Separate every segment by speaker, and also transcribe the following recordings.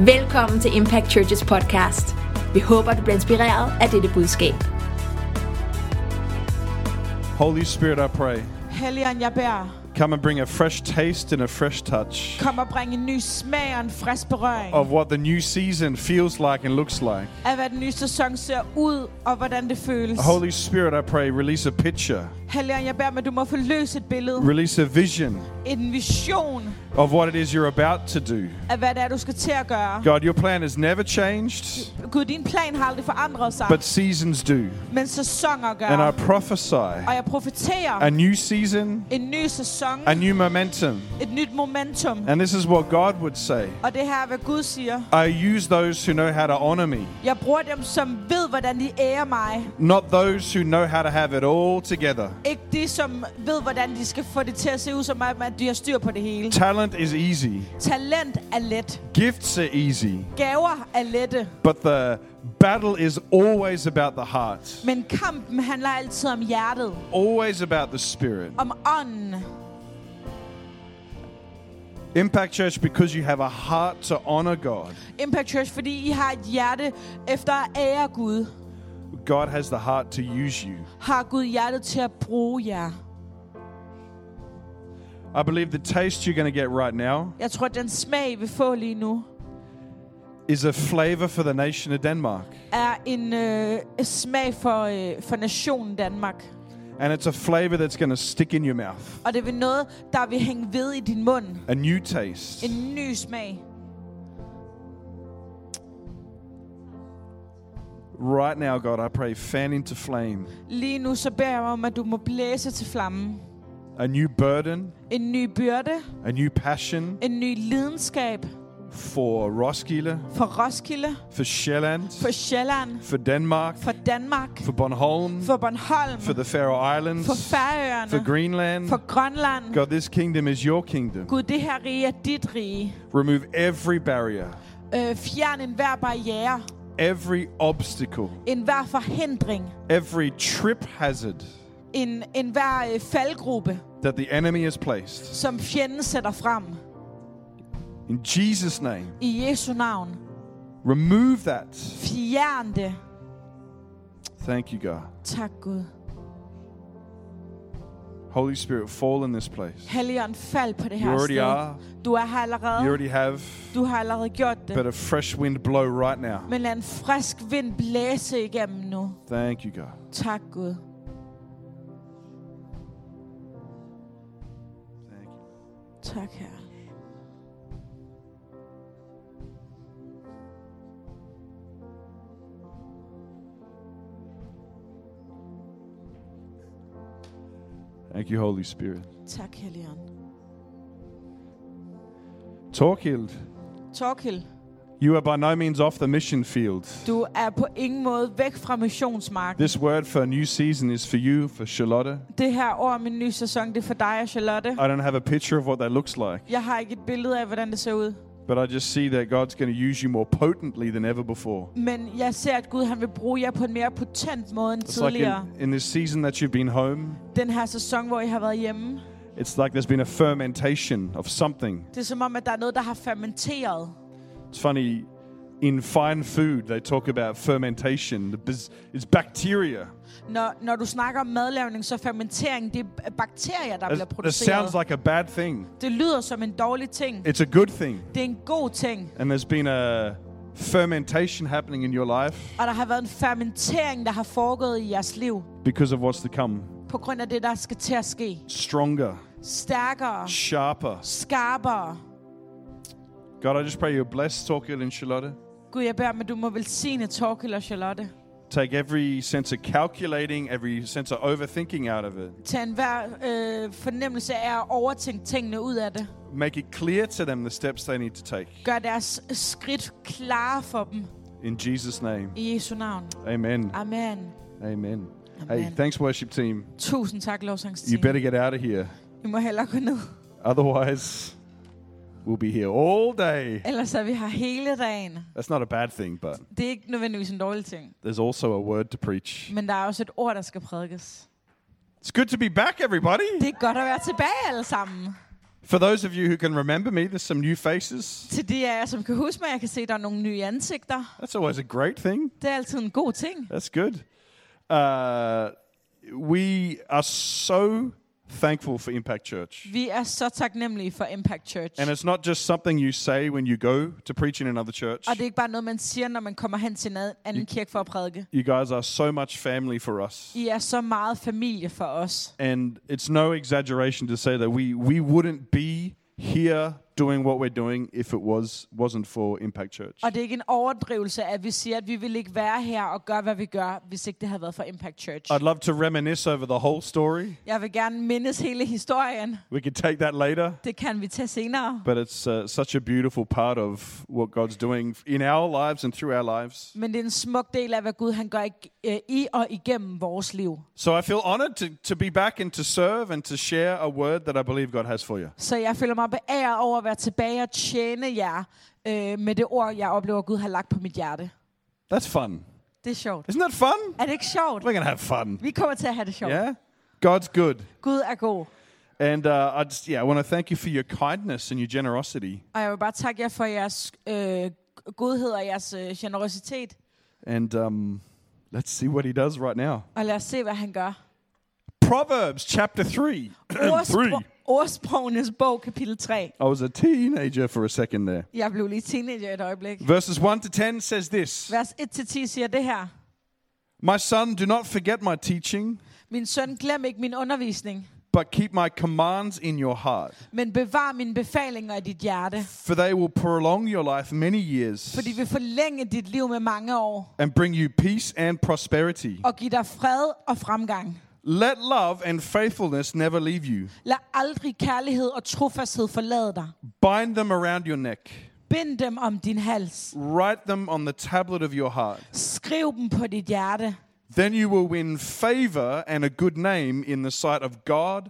Speaker 1: Velkommen til Impact Churches podcast. Vi håber, du bliver inspireret af dette budskab.
Speaker 2: Holy Spirit, I pray,
Speaker 3: Helligånd, jeg beder,
Speaker 2: come and bring a fresh taste and a fresh touch
Speaker 3: kom og bring en ny smag og en frisk berøring
Speaker 2: of what the new season feels like and looks like.
Speaker 3: af, hvad den nye sæson ser ud, og hvordan det føles.
Speaker 2: Holy Spirit, I pray, release a picture,
Speaker 3: Helligånd, jeg beder om, at du må forløse et billede,
Speaker 2: release a vision
Speaker 3: en vision
Speaker 2: of what it is you're about to do.
Speaker 3: af, hvad det er, du skal til at gøre.
Speaker 2: God, your plan has never changed,
Speaker 3: Gud, din plan har aldrig forandret sig,
Speaker 2: but seasons do.
Speaker 3: men sæsoner gør.
Speaker 2: And I prophesy
Speaker 3: og jeg profeterer
Speaker 2: a new season,
Speaker 3: en ny sæson,
Speaker 2: a new momentum.
Speaker 3: et nyt momentum.
Speaker 2: And this is what God would say
Speaker 3: Og det her er, hvad Gud siger.
Speaker 2: I use those who know how to honor me,
Speaker 3: Jeg bruger dem, som ved, hvordan de ærer mig.
Speaker 2: not those who know how to have it all together.
Speaker 3: Ikke de, som ved, hvordan de skal få det til at se ud som om, at de har styr på det hele.
Speaker 2: Talent is easy,
Speaker 3: Talent er let.
Speaker 2: gifts are easy.
Speaker 3: Gaver er lette.
Speaker 2: But the battle is always about the heart,
Speaker 3: Men kampen handler altid om hjertet,
Speaker 2: always about the spirit.
Speaker 3: om ånden.
Speaker 2: Impact Church, because you have a heart to honor God,
Speaker 3: Impact Church, fordi I har et hjerte efter at ære Gud,
Speaker 2: God has the heart to use you.
Speaker 3: har Gud hjertet til at bruge jer.
Speaker 2: I believe the taste you're going to get right now
Speaker 3: Jeg tror, at den smag, I vil få lige nu,
Speaker 2: is a flavor for the nation of Denmark,
Speaker 3: er en øh, smag for, øh, for nationen Danmark.
Speaker 2: and it's a flavor that's going to stick in your mouth.
Speaker 3: Og det er noget, der vil hænge ved i din mund.
Speaker 2: A new taste.
Speaker 3: En ny smag.
Speaker 2: Right now, God, I pray, fan into flame
Speaker 3: Lige nu så beder jeg om, at du må blæse til flammen.
Speaker 2: a new burden,
Speaker 3: En ny byrde,
Speaker 2: a new passion
Speaker 3: en ny lidenskab
Speaker 2: for Roskilde,
Speaker 3: for Roskilde,
Speaker 2: for Sjælland,
Speaker 3: for Sjælland,
Speaker 2: for Denmark,
Speaker 3: for Danmark,
Speaker 2: for Bornholm,
Speaker 3: for Bornholm,
Speaker 2: for the Faroe Islands,
Speaker 3: for Færøerne,
Speaker 2: for Greenland.
Speaker 3: for Grønland.
Speaker 2: God, this kingdom is your kingdom.
Speaker 3: Gud, det her rige er dit rige.
Speaker 2: Remove every barrier,
Speaker 3: Øh, fjern enhver barriere,
Speaker 2: every obstacle,
Speaker 3: enhver forhindring,
Speaker 2: every trip hazard
Speaker 3: en, enhver øh, faldgruppe,
Speaker 2: that the enemy has placed.
Speaker 3: som fjenden sætter frem.
Speaker 2: In Jesus' name,
Speaker 3: I Jesu navn.
Speaker 2: remove that.
Speaker 3: Fjern det.
Speaker 2: Thank you, God.
Speaker 3: Tak Gud.
Speaker 2: Holy Spirit, fall in this place.
Speaker 3: Helligånd, fald på det
Speaker 2: You
Speaker 3: her
Speaker 2: already
Speaker 3: sted.
Speaker 2: are,
Speaker 3: Du er her
Speaker 2: you
Speaker 3: allerede.
Speaker 2: already have,
Speaker 3: Du har allerede gjort
Speaker 2: but
Speaker 3: det.
Speaker 2: a fresh wind blow right now.
Speaker 3: Men lad en frisk vind blæse igennem nu.
Speaker 2: Thank you, God.
Speaker 3: Tak Gud.
Speaker 2: Thank you.
Speaker 3: Tak her.
Speaker 2: Thank you, Holy Spirit.
Speaker 3: Tak Helligånd.
Speaker 2: Torkild,
Speaker 3: Torkil,
Speaker 2: you are by no means off the mission field.
Speaker 3: du er på ingen måde væk fra missionsmarken.
Speaker 2: This word for a new season is for you, for Charlotte.
Speaker 3: Det her år min nye sæson, det er for dig og Charlotte.
Speaker 2: I don't have a picture of what that looks like,
Speaker 3: Jeg har ikke et billede af, hvordan det ser ud.
Speaker 2: but I just see that God's going to use you more potently than ever before.
Speaker 3: Men jeg ser, at Gud han vil bruge jer på en mere potent måde end
Speaker 2: It's like
Speaker 3: tidligere.
Speaker 2: in, in this season that you've been home,
Speaker 3: Den her sæson, hvor I har været hjemme.
Speaker 2: it's like there's been a fermentation of something.
Speaker 3: Det er som om, at der er noget, der har fermenteret.
Speaker 2: It's funny, in fine food, they talk about fermentation. The bas- It's bacteria.
Speaker 3: Når, når du snakker om madlavning, så fermentering, det er bakterier, der bliver
Speaker 2: That that sounds
Speaker 3: produceret.
Speaker 2: like a bad thing.
Speaker 3: Det lyder som en dårlig ting.
Speaker 2: It's a good thing.
Speaker 3: Det er en god ting.
Speaker 2: And there's been a fermentation happening in your life
Speaker 3: Og der har været en fermentering, der har foregået i jeres liv.
Speaker 2: because of what's to come.
Speaker 3: På grund af det, der skal til at ske.
Speaker 2: Stronger,
Speaker 3: Stærkere.
Speaker 2: sharper.
Speaker 3: Skarpere.
Speaker 2: God, I just pray you bless Torkild and Charlotte.
Speaker 3: Gud, jeg beder om, at du må velsigne Torkil og Charlotte.
Speaker 2: Take every sense of calculating, every sense of overthinking out of it.
Speaker 3: Tag enhver øh, fornemmelse af at overtænke tingene ud af det.
Speaker 2: Make it clear to them the steps they need to take.
Speaker 3: Gør deres skridt klare for dem.
Speaker 2: In Jesus' name.
Speaker 3: I Jesu navn.
Speaker 2: Amen.
Speaker 3: Amen.
Speaker 2: Amen. Hey,
Speaker 3: Amen.
Speaker 2: thanks, worship team.
Speaker 3: Tusind tak,
Speaker 2: You
Speaker 3: lovsangsteam.
Speaker 2: better get out of here.
Speaker 3: I må hellere gå ned.
Speaker 2: Otherwise, we'll be here all day.
Speaker 3: Ellers er vi her hele dagen.
Speaker 2: That's not a bad thing, but
Speaker 3: Det er ikke nødvendigvis en dårlig ting.
Speaker 2: there's also a word to preach.
Speaker 3: Men der er også et ord, der skal prædikes.
Speaker 2: It's good to be back, everybody.
Speaker 3: Det er godt at være tilbage alle sammen.
Speaker 2: For those of you who can remember me, there's some new faces.
Speaker 3: Til de af jer, som kan huske mig, jeg kan se, at der er nogle nye ansigter.
Speaker 2: That's always a great thing.
Speaker 3: Det er altid en god ting.
Speaker 2: That's good. Uh, we are so thankful for Impact Church.
Speaker 3: Vi er så taknemmelige for Impact Church.
Speaker 2: And it's not just something you say when you go to preach in another church.
Speaker 3: Og det er ikke bare noget, man siger, når man kommer hen til en ad- anden kirke for at prædike.
Speaker 2: You guys are so much family for us.
Speaker 3: I er så meget familie for os.
Speaker 2: And it's no exaggeration to say that we, we wouldn't be here doing what we're doing if it was, wasn't for Impact Church.
Speaker 3: Og det er ikke en overdrivelse, at vi siger, at vi vil ikke være her og gøre, hvad vi gør, hvis ikke det havde været for Impact Church.
Speaker 2: I'd love to reminisce over the whole story.
Speaker 3: Jeg vil gerne mindes hele historien.
Speaker 2: We could take that later.
Speaker 3: Det kan vi tage senere.
Speaker 2: But it's uh, such a beautiful part of what God's doing in our lives and through our lives.
Speaker 3: Men det er en smuk del af, hvad Gud han gør i, øh, i og igennem vores liv.
Speaker 2: So I feel honored to, to be back and to serve and to share a word that I believe God has for you.
Speaker 3: Så jeg føler mig beæret over at være tilbage og tjene jer øh, med det ord, jeg oplever, Gud har lagt på mit hjerte.
Speaker 2: That's fun.
Speaker 3: Det er sjovt.
Speaker 2: Isn't that fun?
Speaker 3: Er det ikke sjovt?
Speaker 2: We're going to have fun.
Speaker 3: Vi kommer til at have det sjovt.
Speaker 2: Yeah? God's good.
Speaker 3: Gud er god.
Speaker 2: And uh, I just, yeah, I want to thank you for your kindness and your generosity.
Speaker 3: Og jeg vil bare takke jer for jeres øh, godhed og jeres øh, generositet.
Speaker 2: And um, let's see what he does right now.
Speaker 3: Og lad os se, hvad han gør.
Speaker 2: Proverbs chapter 3.
Speaker 3: Ordspro- Ordsprogenes bog, kapitel 3.
Speaker 2: I was a teenager for a second there.
Speaker 3: Jeg blev lige teenager et øjeblik.
Speaker 2: Verses 1 to 10 says this
Speaker 3: Vers 1-10 siger det her.
Speaker 2: My son, do not forget my teaching,
Speaker 3: Min søn, glem ikke min undervisning,
Speaker 2: but keep my commands in your heart,
Speaker 3: men bevar mine befalinger i dit hjerte.
Speaker 2: for they will prolong your life many years
Speaker 3: For de vil forlænge dit liv med mange år,
Speaker 2: and bring you peace and prosperity.
Speaker 3: og give dig fred og fremgang.
Speaker 2: Let love and faithfulness never leave you,
Speaker 3: Lad aldrig kærlighed og trofasthed forlade dig.
Speaker 2: bind them around your neck.
Speaker 3: Bind dem om din hals.
Speaker 2: Write them on the tablet of your heart.
Speaker 3: Skriv dem på dit hjerte.
Speaker 2: Then you will win favor and a good name in the sight of God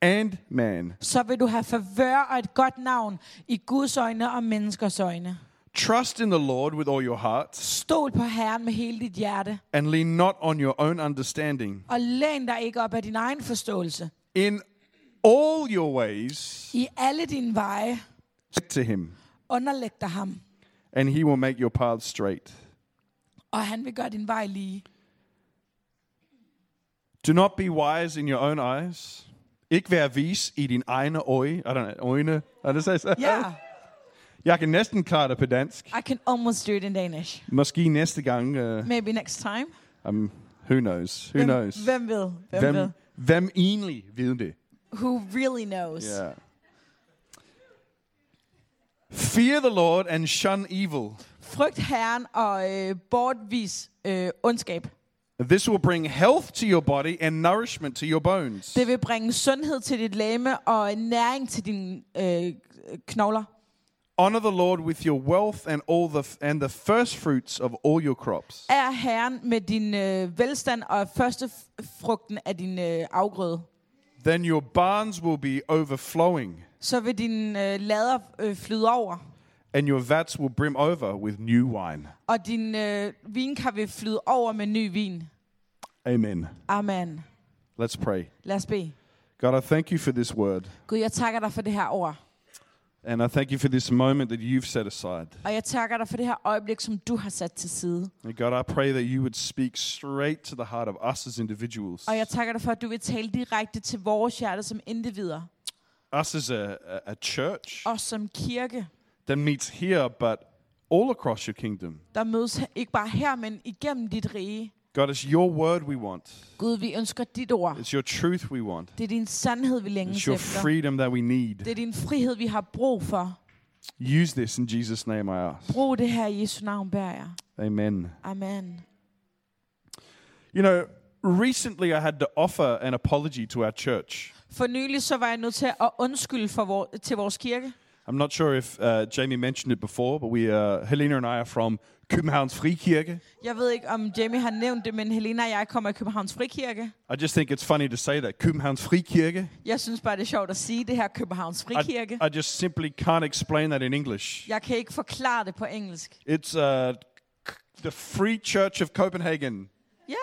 Speaker 2: and man.
Speaker 3: Så vil du have favør og et godt navn i Guds øjne og menneskers øjne.
Speaker 2: Trust in the Lord with all your heart
Speaker 3: Stol på Herren med hele dit hjerte,
Speaker 2: and lean not on your own understanding.
Speaker 3: og læn dig ikke op af din egen forståelse.
Speaker 2: In all your ways,
Speaker 3: I alle dine veje
Speaker 2: look to Him,
Speaker 3: underlæg dig ham,
Speaker 2: and He will make your path straight.
Speaker 3: og han vil gøre din vej lige.
Speaker 2: Do not be wise in your own eyes. Ikke vær vis i din egne øje. I don't know, øjne. Er det så?
Speaker 3: Yeah,
Speaker 2: Jeg kan næsten klare det på dansk.
Speaker 3: I can almost do it in Danish.
Speaker 2: Måske næste gang. Uh,
Speaker 3: Maybe next time.
Speaker 2: um, who knows? Who knows?
Speaker 3: Hvem ved? Hvem, hvem ved?
Speaker 2: Hvem, hvem egentlig ved det?
Speaker 3: Who really knows?
Speaker 2: Yeah. Fear the Lord and shun evil.
Speaker 3: Frygt Herren og øh, bortvis øh, ondskab.
Speaker 2: This will bring health to your body and nourishment to your bones.
Speaker 3: Det vil bringe sundhed til dit læme og næring til dine øh, knogler.
Speaker 2: Honor the Lord with your wealth and all the and the first fruits of all your crops.
Speaker 3: Er Herren med din øh, velstand og første f- frugten af din øh, afgrøde.
Speaker 2: Then your barns will be overflowing
Speaker 3: Så vil dine øh, lader øh, flyde over,
Speaker 2: and your vats will brim over with new wine.
Speaker 3: og din øh, vinkar vil flyde over med ny vin.
Speaker 2: Amen.
Speaker 3: Amen.
Speaker 2: Let's pray.
Speaker 3: Lad os bede.
Speaker 2: God, I thank you for this word
Speaker 3: Gud, jeg takker dig for det her ord.
Speaker 2: and I thank you for this moment that you've set aside.
Speaker 3: Og jeg takker dig for det her øjeblik, som du har sat til side.
Speaker 2: And God, I pray that you would speak straight to the heart of us as individuals,
Speaker 3: Og jeg takker dig for, at du vil tale direkte til vores hjerte som individer.
Speaker 2: us as a, a, a church
Speaker 3: Os som kirke,
Speaker 2: that meets here, but all across your kingdom.
Speaker 3: der mødes he- ikke bare her, men igennem dit rige.
Speaker 2: God, it's your word we want,
Speaker 3: Gud, vi ønsker dit ord.
Speaker 2: it's your truth we want,
Speaker 3: Det er din sandhed, vi længes
Speaker 2: it's your
Speaker 3: efter.
Speaker 2: freedom that we
Speaker 3: Det
Speaker 2: need.
Speaker 3: er din frihed, vi har brug for.
Speaker 2: Use this in Jesus' name, I ask.
Speaker 3: Brug det her i Jesu navn, bærer jeg.
Speaker 2: Amen.
Speaker 3: Amen.
Speaker 2: You know, recently I had to offer an apology to our church.
Speaker 3: For nylig så var jeg nødt til at undskylde for vor- til vores kirke.
Speaker 2: I'm not sure if uh, Jamie mentioned it before, but we, uh, Helena and I, are from Københavns Frikirke.
Speaker 3: Jeg ved ikke, om Jamie har nævnt det, men Helena og jeg kommer i Københavns Frikirke.
Speaker 2: I just think it's funny to say that Københavns Frikirke.
Speaker 3: Jeg synes bare, det er sjovt at sige det her Københavns Frikirke.
Speaker 2: I, I just simply can't explain that in English.
Speaker 3: Jeg kan ikke forklare det på engelsk.
Speaker 2: It's uh, c- the Free Church of Copenhagen.
Speaker 3: Ja,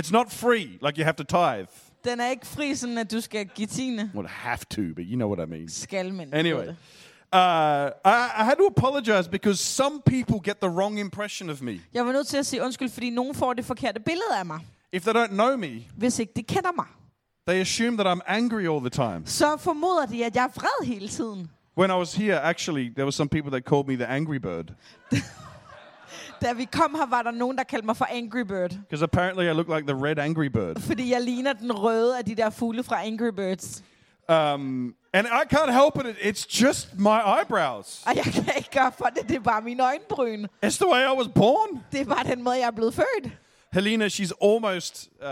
Speaker 2: It's not free, like you have to tithe.
Speaker 3: Den er ikke fri, sådan at du skal give tiende.
Speaker 2: Well, I have to, but you know what I mean.
Speaker 3: Skal, men
Speaker 2: Anyway, uh, I, I had to apologize because some people get the wrong impression of me.
Speaker 3: Jeg var nødt til at sige undskyld, fordi nogen får det forkerte billede af mig,
Speaker 2: If they don't know me,
Speaker 3: hvis ikke de kender mig.
Speaker 2: they assume that I'm angry all the time.
Speaker 3: Så formoder de, at jeg er vred hele tiden.
Speaker 2: When I was here, actually, there were some people that called me the angry bird
Speaker 3: Da vi kom her, var der nogen, der kaldte mig for Angry Bird.
Speaker 2: because apparently I look like the red angry bird.
Speaker 3: Fordi jeg ligner den røde af de der fugle fra Angry Birds.
Speaker 2: Um, and I can't help it. It's just my eyebrows.
Speaker 3: Og jeg kan ikke gøre for det, det er bare mine øjenbryn.
Speaker 2: It's the way I was born.
Speaker 3: Det er bare den måde, jeg er blevet født.
Speaker 2: Helena, she's almost uh,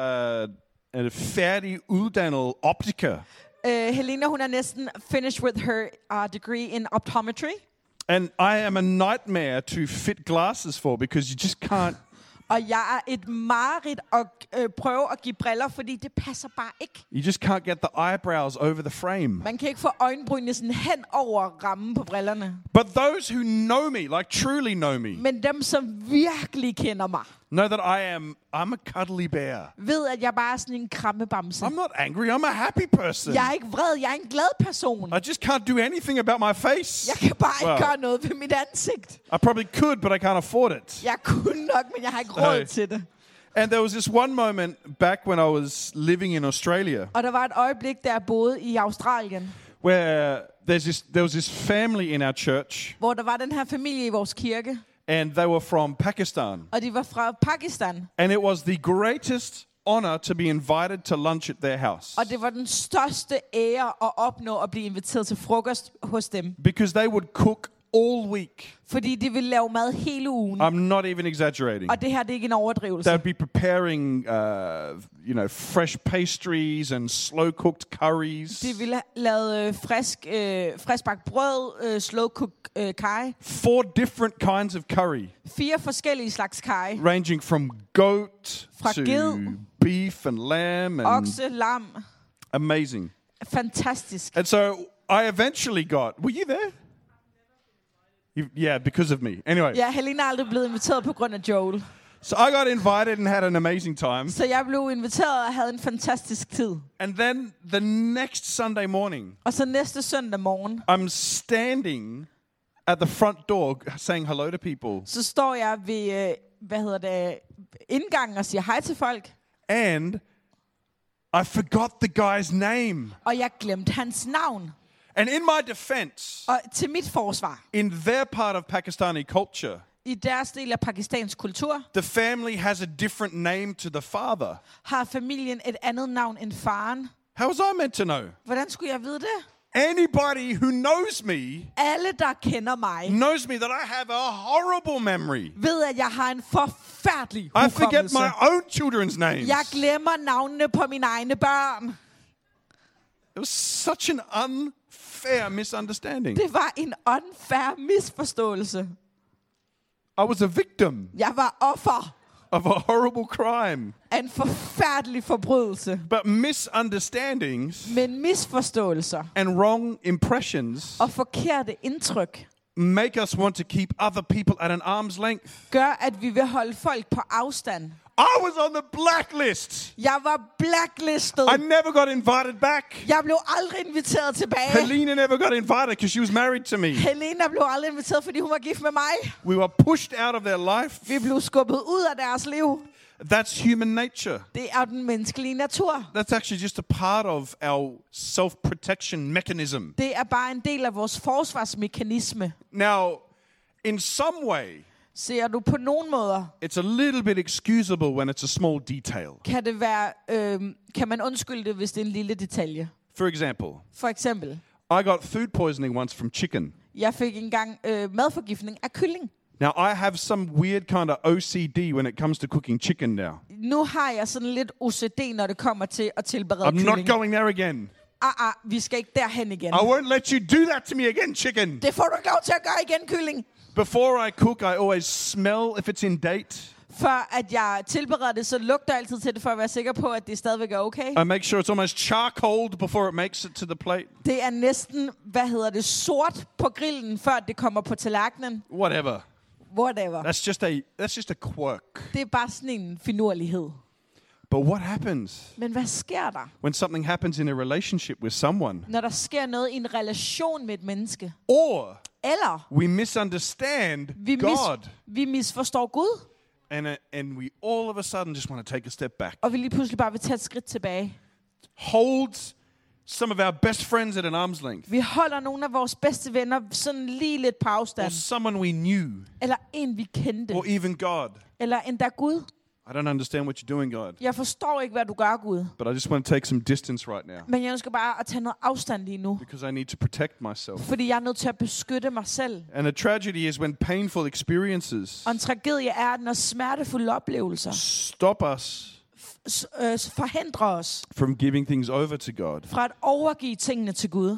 Speaker 2: a færdig uddannet optiker.
Speaker 3: Uh, Helena, hun er næsten finished with her uh, degree in optometry.
Speaker 2: And I am a nightmare to fit glasses for because you just can't.
Speaker 3: Og jeg er et mareridt at øh, prøve at give briller, fordi det passer bare ikke.
Speaker 2: You just can't get the eyebrows over the frame.
Speaker 3: Man kan ikke få øjenbrynene sådan hen over rammen på brillerne.
Speaker 2: But those who know me, like truly know me,
Speaker 3: Men dem, som virkelig kender mig,
Speaker 2: know that I am I'm a cuddly bear.
Speaker 3: ved, at jeg bare er sådan en krammebamse.
Speaker 2: I'm not angry, I'm a happy person.
Speaker 3: Jeg er ikke vred, jeg er en glad person.
Speaker 2: I just can't do anything about my face.
Speaker 3: Jeg kan bare ikke
Speaker 2: Well,
Speaker 3: gøre noget ved mit ansigt.
Speaker 2: I probably could, but I can't afford it.
Speaker 3: Jeg kunne nok, men jeg har ikke råd
Speaker 2: Nej.
Speaker 3: til det.
Speaker 2: And there was this one moment back when I was living in Australia
Speaker 3: Og der var et øjeblik, da jeg boede i Australien,
Speaker 2: where there's this there was this family in our church
Speaker 3: hvor der var den her familie i vores kirke,
Speaker 2: and they were from Pakistan.
Speaker 3: og de var fra Pakistan.
Speaker 2: And it was the greatest honor to be invited to lunch at their house.
Speaker 3: Og det var den største ære at opnå at blive inviteret til frokost hos dem.
Speaker 2: Because they would cook all week.
Speaker 3: Fordi de ville lave mad hele ugen.
Speaker 2: I'm not even exaggerating.
Speaker 3: Og det her, det er ikke en overdrivelse.
Speaker 2: They'd be preparing, uh, you know, fresh pastries and slow cooked
Speaker 3: De
Speaker 2: curries.
Speaker 3: ville have lavet øh, frisk, øh, friskbagt brød, øh, slow cook øh, kaj.
Speaker 2: Four different kinds of curry,
Speaker 3: Fire forskellige slags kaj.
Speaker 2: ranging from goat
Speaker 3: Fra
Speaker 2: to
Speaker 3: ged.
Speaker 2: beef and lamb, and
Speaker 3: Okse, lam.
Speaker 2: amazing.
Speaker 3: Fantastisk.
Speaker 2: And so I eventually got. Were you there? You, yeah, because of me. Anyway,
Speaker 3: Ja, Helena er aldrig blevet inviteret på grund af Joel.
Speaker 2: so I got invited and had an amazing time.
Speaker 3: Så jeg blev inviteret og havde en fantastisk tid.
Speaker 2: And then the next Sunday morning,
Speaker 3: Og så næste søndag morgen,
Speaker 2: I'm standing at the front door saying hello to people.
Speaker 3: så står jeg ved, øh, hvad hedder det, indgangen og siger hej til folk.
Speaker 2: And I forgot the guy's name.
Speaker 3: Og jeg glemte hans navn.
Speaker 2: And in my defense,
Speaker 3: Og til mit forsvar,
Speaker 2: in their part of Pakistani culture,
Speaker 3: i deres del af pakistansk kultur,
Speaker 2: the family has a different name to the father.
Speaker 3: har familien et andet navn end faren.
Speaker 2: How was I meant to know?
Speaker 3: Hvordan skulle jeg vide det?
Speaker 2: Anybody who knows me
Speaker 3: Alle, der kender mig,
Speaker 2: knows me that I have a horrible memory.
Speaker 3: ved, at jeg har en forfærdelig
Speaker 2: I forget
Speaker 3: hukommelse.
Speaker 2: my own children's names.
Speaker 3: Jeg glemmer navnene på mine egne børn.
Speaker 2: It was such an unfair misunderstanding.
Speaker 3: Det var en unfair misforståelse.
Speaker 2: I was a victim.
Speaker 3: Jeg var offer
Speaker 2: of a horrible crime.
Speaker 3: af en forfærdelig forbrydelse.
Speaker 2: But misunderstandings
Speaker 3: Men misforståelser
Speaker 2: and wrong impressions
Speaker 3: og forkerte indtryk
Speaker 2: make us want to keep other people at an arm's length.
Speaker 3: gør, at vi vil holde folk på afstand.
Speaker 2: I was on the blacklist.
Speaker 3: Jeg var blacklistet.
Speaker 2: I never got invited back.
Speaker 3: Jeg blev aldrig inviteret tilbage.
Speaker 2: Helena never got invited because she was married to me.
Speaker 3: Helena blev aldrig inviteret, fordi hun var gift med mig.
Speaker 2: We were pushed out of their life.
Speaker 3: Vi blev skubbet ud af deres liv.
Speaker 2: That's human nature.
Speaker 3: Det er den menneskelige natur.
Speaker 2: That's actually just a part of our self protection mechanism.
Speaker 3: Det er bare en del af vores forsvarsmekanisme.
Speaker 2: Now, in some way,
Speaker 3: Ser du på nogen måder,
Speaker 2: it's a little bit excusable when it's a small detail.
Speaker 3: kan, det være, øh, kan man undskylde det, hvis det er en lille detalje.
Speaker 2: For example,
Speaker 3: For eksempel,
Speaker 2: I got food poisoning once from chicken.
Speaker 3: jeg fik engang øh, madforgiftning af kylling.
Speaker 2: Now, I have some weird kind of OCD when it comes to cooking chicken now.
Speaker 3: Nu har jeg sådan lidt OCD, når det kommer til at tilberede
Speaker 2: I'm not
Speaker 3: kylling.
Speaker 2: going there again.
Speaker 3: ah, ah, vi skal ikke derhen igen.
Speaker 2: I won't let you do that to me again, chicken.
Speaker 3: Det får du ikke lov til at gøre igen, kylling.
Speaker 2: Before I cook, I always smell if it's in date.
Speaker 3: Før at jeg tilbereder det, så lugter jeg altid til det, for at være sikker på, at det stadigvæk er okay.
Speaker 2: I make sure it's almost charcoaled before it makes it to the plate.
Speaker 3: Det er næsten, hvad hedder det, sort på grillen, før det kommer på tallerkenen.
Speaker 2: Whatever.
Speaker 3: Whatever.
Speaker 2: That's just a that's just a quirk.
Speaker 3: Det er bare sådan en finurlighed.
Speaker 2: But what happens
Speaker 3: Men hvad sker der,
Speaker 2: when something happens in a relationship with someone?
Speaker 3: når der sker noget i en relation med et menneske?
Speaker 2: Or
Speaker 3: Eller
Speaker 2: we misunderstand
Speaker 3: vi,
Speaker 2: God
Speaker 3: mis- vi misforstår Gud,
Speaker 2: and, uh, and we all of a sudden just want to take a step back.
Speaker 3: og vi lige pludselig bare vil tage et skridt tilbage.
Speaker 2: Holds some of our best friends at an arm's length
Speaker 3: Vi holder nogle af vores bedste venner sådan lige lidt på
Speaker 2: or
Speaker 3: afstand.
Speaker 2: someone we knew
Speaker 3: Eller en, vi kendte.
Speaker 2: or even God.
Speaker 3: Eller endda Gud.
Speaker 2: I don't understand what you're doing, God,
Speaker 3: Jeg forstår ikke, hvad du gør, Gud.
Speaker 2: but I just want to take some distance right now
Speaker 3: Men jeg ønsker bare at tage noget afstand lige nu.
Speaker 2: because I need to protect myself.
Speaker 3: Fordi jeg er nødt til at beskytte mig selv.
Speaker 2: And a tragedy is when painful experiences
Speaker 3: Og en tragedie er, at når smertefulde oplevelser
Speaker 2: stop us
Speaker 3: s- øh, forhindrer os
Speaker 2: from giving things over to God.
Speaker 3: fra at overgive tingene til Gud.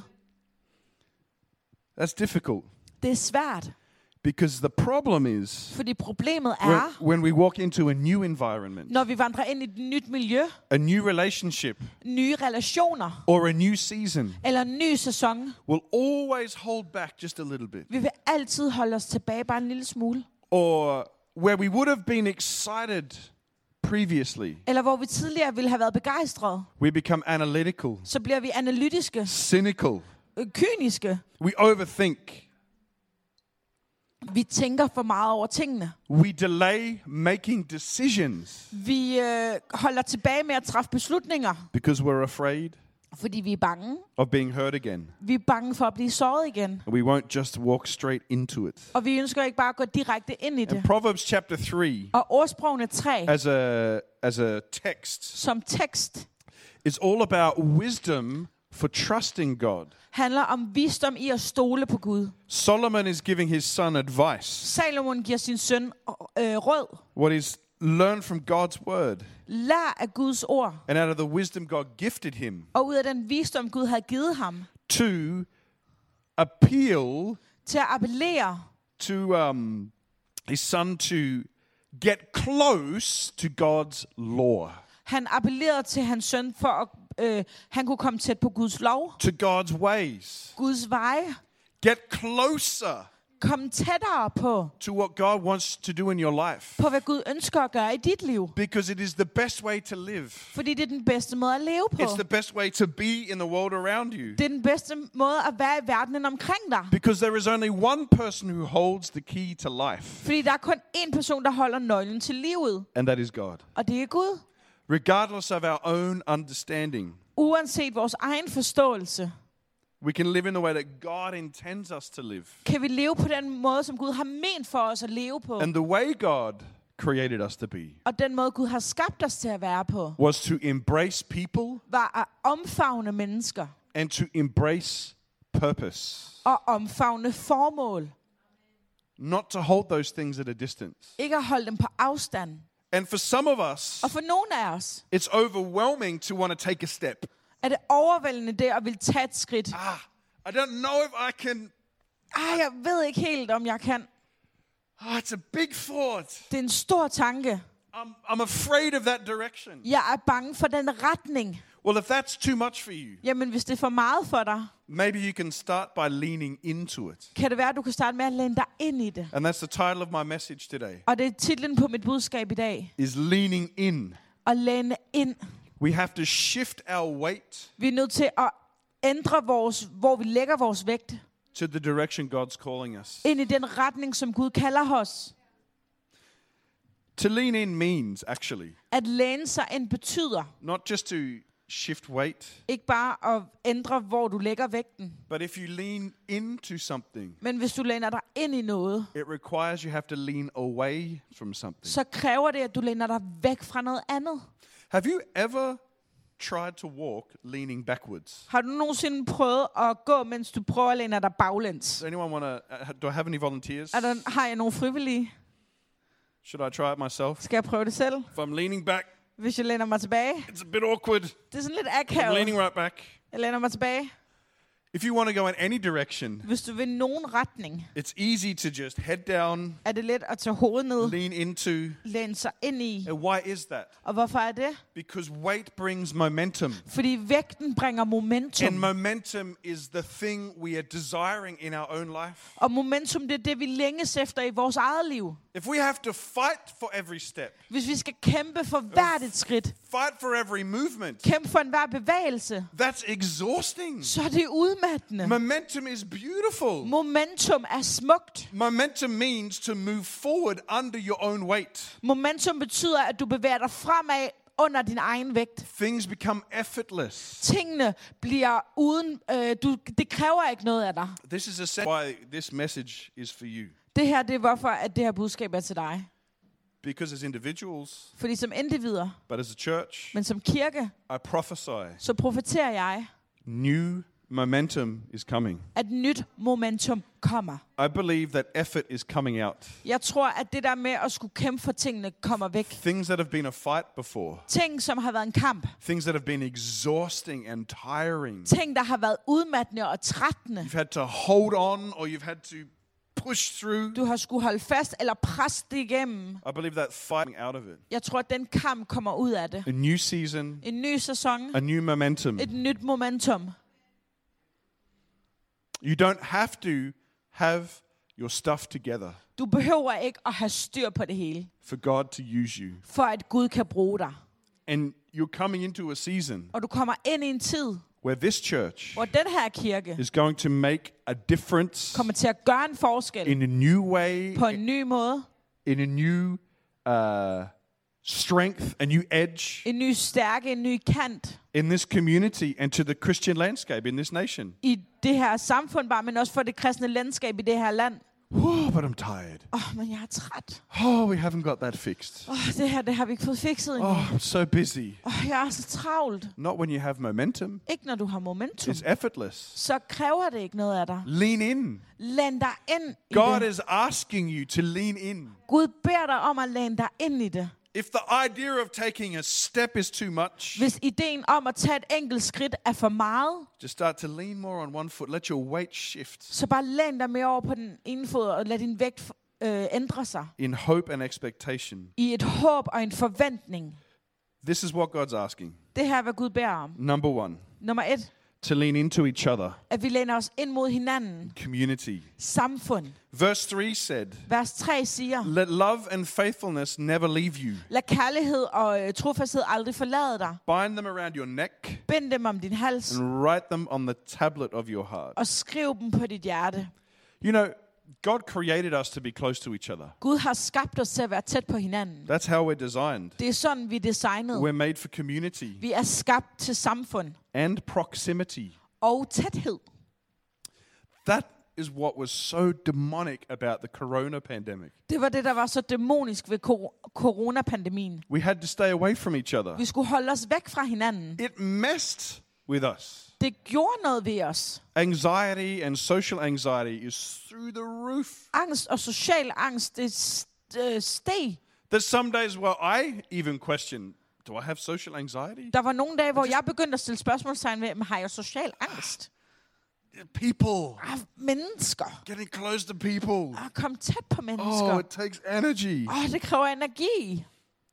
Speaker 2: That's difficult
Speaker 3: Det er svært,
Speaker 2: because the problem is
Speaker 3: fordi problemet
Speaker 2: when,
Speaker 3: er,
Speaker 2: when we walk into a new environment,
Speaker 3: når vi vandrer ind i et nyt miljø,
Speaker 2: a new relationship,
Speaker 3: nye relationer
Speaker 2: or a new season,
Speaker 3: eller en ny sæson.
Speaker 2: we'll always hold back just a little bit.
Speaker 3: Vi vil altid holde os tilbage bare en lille smule.
Speaker 2: Or where we would have been excited previously,
Speaker 3: Eller hvor vi tidligere ville have været begejstrede,
Speaker 2: we become analytical,
Speaker 3: så bliver vi analytiske,
Speaker 2: cynical,
Speaker 3: øh, kyniske.
Speaker 2: we overthink.
Speaker 3: Vi tænker for meget over tingene.
Speaker 2: We delay making decisions
Speaker 3: Vi øh, holder tilbage med at træffe beslutninger,
Speaker 2: because we're afraid
Speaker 3: fordi vi er bange.
Speaker 2: of being hurt again.
Speaker 3: Vi er bange for at blive såret igen.
Speaker 2: And we won't just walk straight into it.
Speaker 3: Og vi ønsker ikke bare at gå direkte ind i
Speaker 2: And
Speaker 3: det.
Speaker 2: Proverbs chapter 3
Speaker 3: Og ordsprogene 3,
Speaker 2: as a as a text
Speaker 3: som tekst,
Speaker 2: is all about wisdom for trusting God.
Speaker 3: handler om visdom i at stole på Gud.
Speaker 2: Solomon is giving his son advice.
Speaker 3: Salomon giver sin søn øh, råd.
Speaker 2: What is learned from God's word
Speaker 3: Lær af Guds ord.
Speaker 2: and out of the wisdom God gifted him
Speaker 3: Og ud af den visdom, Gud havde givet ham,
Speaker 2: to appeal
Speaker 3: til at appellere
Speaker 2: to um, his son to get close to God's law,
Speaker 3: Han appellerede til hans søn, for at øh, han kunne komme tæt på Guds lov,
Speaker 2: to God's ways.
Speaker 3: Guds veje.
Speaker 2: Get closer
Speaker 3: Kom tættere på,
Speaker 2: to what God wants to do in your life
Speaker 3: på hvad Gud ønsker at gøre i dit liv.
Speaker 2: because it is the best way to live.
Speaker 3: Fordi det er den bedste måde at leve på.
Speaker 2: It's the best way to be in the world around you.
Speaker 3: Det er den bedste måde at være i verdenen omkring dig.
Speaker 2: Because there is only one person who holds the key to life,
Speaker 3: Fordi der er kun én person, der holder nøglen til livet,
Speaker 2: and that is God.
Speaker 3: og det er Gud.
Speaker 2: Regardless of our own understanding,
Speaker 3: Uanset vores egen forståelse,
Speaker 2: we can live in the way that God intends us to live.
Speaker 3: kan vi leve på den måde, som Gud har ment for os at leve på.
Speaker 2: And the way God created us to be
Speaker 3: Og den måde, Gud har skabt os til at være på,
Speaker 2: was to embrace people
Speaker 3: var at omfavne mennesker
Speaker 2: and to embrace purpose,
Speaker 3: og omfavne formål.
Speaker 2: not to hold those things at a distance.
Speaker 3: ikke at holde dem på afstand.
Speaker 2: And for some of us,
Speaker 3: Og for nogle af os
Speaker 2: it's overwhelming to want to take a step.
Speaker 3: er det overvældende det at vil tage et skridt.
Speaker 2: Ah, I don't know if I can.
Speaker 3: Ah, jeg ved ikke helt, om jeg kan.
Speaker 2: Ah, it's a big thought.
Speaker 3: Det er en stor tanke.
Speaker 2: I'm, I'm afraid of that direction.
Speaker 3: Jeg er bange for den retning.
Speaker 2: Well, if that's too much for you,
Speaker 3: Jamen, hvis det er for meget for dig,
Speaker 2: maybe you can start by leaning into it.
Speaker 3: kan det være, at du kan starte med at læne dig ind i det.
Speaker 2: And that's the title of my message today
Speaker 3: Og det er titlen på mit budskab i dag.
Speaker 2: is leaning in.
Speaker 3: At læne ind.
Speaker 2: We have to shift our weight
Speaker 3: Vi er nødt til at ændre vores, hvor vi lægger vores vægt,
Speaker 2: to the direction God's calling us.
Speaker 3: ind i den retning, som Gud kalder os.
Speaker 2: To lean in means actually
Speaker 3: At læne sig ind betyder
Speaker 2: not just to shift weight,
Speaker 3: ikke bare at ændre, hvor du lægger vægten,
Speaker 2: but if you lean into something,
Speaker 3: Men hvis du læner dig ind i noget,
Speaker 2: it requires you have to lean away from something.
Speaker 3: så kræver det, at du læner dig væk fra noget andet.
Speaker 2: have you ever tried to walk leaning backwards?
Speaker 3: Har du nogensinde prøvet at gå, mens du prøver at læne dig baglæns?
Speaker 2: Does anyone want to? Do I have any volunteers?
Speaker 3: Er der, har jeg nogen frivillige?
Speaker 2: Should I try it myself?
Speaker 3: Skal jeg prøve det selv,
Speaker 2: If I'm leaning back,
Speaker 3: hvis jeg læner mig tilbage?
Speaker 2: it's a bit awkward.
Speaker 3: Det er sådan lidt
Speaker 2: I'm
Speaker 3: akavet.
Speaker 2: leaning right back.
Speaker 3: Jeg læner mig tilbage.
Speaker 2: If you want to go in any direction,
Speaker 3: Hvis du vil nogen retning,
Speaker 2: it's easy to just head down,
Speaker 3: er det let at tage hovedet ned,
Speaker 2: lean into.
Speaker 3: læne sig ind i.
Speaker 2: And why is that?
Speaker 3: Og hvorfor er det?
Speaker 2: Because weight brings momentum.
Speaker 3: Fordi vægten bringer
Speaker 2: And
Speaker 3: momentum.
Speaker 2: momentum is the thing we are desiring in our own life.
Speaker 3: Og momentum, det er det, vi længes efter i vores eget liv.
Speaker 2: If we have to fight for every step,
Speaker 3: Hvis vi skal kæmpe for hvert et skridt,
Speaker 2: fight for every movement,
Speaker 3: kæmpe for enhver bevægelse,
Speaker 2: that's exhausting.
Speaker 3: så er det udmattende.
Speaker 2: Momentum is beautiful.
Speaker 3: Momentum er smukt.
Speaker 2: Momentum means to move forward under your own weight.
Speaker 3: Momentum betyder, at du bevæger dig fremad under din egen vægt.
Speaker 2: Things become effortless.
Speaker 3: Tingene bliver uden... Øh, du, det kræver ikke noget af dig.
Speaker 2: This is a why this message is for you.
Speaker 3: Det her, det er hvorfor, at det her budskab er til dig.
Speaker 2: Because as individuals,
Speaker 3: Fordi som individer,
Speaker 2: but as a church,
Speaker 3: men som kirke,
Speaker 2: I prophesy
Speaker 3: så profeterer jeg,
Speaker 2: new momentum is coming.
Speaker 3: at nyt momentum kommer.
Speaker 2: I believe that effort is coming out.
Speaker 3: Jeg tror, at det der med at skulle kæmpe for tingene kommer væk.
Speaker 2: Things that have been a fight before,
Speaker 3: Ting, som har været en kamp.
Speaker 2: things that have been exhausting and tiring.
Speaker 3: Ting, der har været udmattende og trættende.
Speaker 2: You've had to hold on or you've had to push through.
Speaker 3: Du har skulle holde fast eller presse det igennem.
Speaker 2: I believe that fighting out of it.
Speaker 3: Jeg tror, at den kamp kommer ud af det.
Speaker 2: A new season,
Speaker 3: En ny sæson.
Speaker 2: a new momentum.
Speaker 3: Et nyt momentum.
Speaker 2: You don't have to have your stuff together
Speaker 3: Du behøver ikke at have styr på det hele,
Speaker 2: for God to use you.
Speaker 3: for at Gud kan bruge dig.
Speaker 2: And you're coming into a season
Speaker 3: Og du kommer ind i en tid,
Speaker 2: where this church
Speaker 3: hvor den her kirke
Speaker 2: is going to make a difference
Speaker 3: kommer til at gøre en forskel
Speaker 2: in a new way,
Speaker 3: på en ny måde.
Speaker 2: in a new uh, strength, a new edge
Speaker 3: En ny stærke, en ny kant
Speaker 2: in this community and to the Christian landscape in this nation.
Speaker 3: i det her samfund bare, men også for det kristne landskab i det her land.
Speaker 2: Oh, but I'm tired.
Speaker 3: Åh, oh, men jeg er træt.
Speaker 2: Oh, we haven't got that fixed.
Speaker 3: Åh, oh, det her, det har vi ikke fået fikset endnu. Åh,
Speaker 2: Oh, I'm so busy.
Speaker 3: oh. oh, jeg er så travlt.
Speaker 2: Not when you have momentum,
Speaker 3: Ikke når du har momentum,
Speaker 2: it's effortless.
Speaker 3: så kræver det ikke noget af dig.
Speaker 2: Lean in.
Speaker 3: Læn dig ind i
Speaker 2: God
Speaker 3: det.
Speaker 2: is asking you to lean in.
Speaker 3: Gud beder dig om at læne dig ind i det.
Speaker 2: If the idea of taking a step is too much,
Speaker 3: Hvis ideen om at tage et enkelt skridt er for meget,
Speaker 2: just start to lean more on one foot. Let your weight shift
Speaker 3: så bare læn dig mere over på den ene fod og lad din vægt øh, ændre sig
Speaker 2: in hope and expectation.
Speaker 3: i et håb og en forventning.
Speaker 2: This is what God's asking.
Speaker 3: Det her er, hvad Gud beder om.
Speaker 2: Number one,
Speaker 3: Nummer et,
Speaker 2: to lean into each other,
Speaker 3: at vi læner os ind mod hinanden.
Speaker 2: community.
Speaker 3: Samfund.
Speaker 2: Verse 3 said,
Speaker 3: Vers 3 siger,
Speaker 2: Let love and faithfulness never leave you.
Speaker 3: lad kærlighed og øh, trofasthed aldrig forlade dig.
Speaker 2: Bind them around your neck
Speaker 3: Bind dem om din hals
Speaker 2: and write them on the tablet of your heart.
Speaker 3: og skriv dem på dit hjerte.
Speaker 2: You know, God created us to be close to each other.
Speaker 3: Gud har skabt os til at være tæt på hinanden.
Speaker 2: That's how we're designed.
Speaker 3: Det er sådan, vi er designet.
Speaker 2: We're made for community
Speaker 3: Vi er skabt til samfund
Speaker 2: and proximity.
Speaker 3: og tæthed.
Speaker 2: That is what was so demonic about the corona pandemic.
Speaker 3: Det var det, der var så dæmonisk ved kor- coronapandemien.
Speaker 2: We had to stay away from each other.
Speaker 3: Vi skulle holde os væk fra hinanden.
Speaker 2: It messed with us.
Speaker 3: Det gjorde noget ved os.
Speaker 2: Anxiety and social anxiety is through the roof.
Speaker 3: Angst og social angst, det st- øh, steg.
Speaker 2: There's some days where I even question do I have social anxiety?
Speaker 3: Der var nogle dage, hvor jeg begyndte at stille spørgsmålstegn ved, "Men har jeg social angst?
Speaker 2: People,
Speaker 3: Ah, mennesker.
Speaker 2: getting close to people.
Speaker 3: Ah, kom tæt på mennesker.
Speaker 2: Oh, it takes energy.
Speaker 3: Åh, oh, det kræver energi.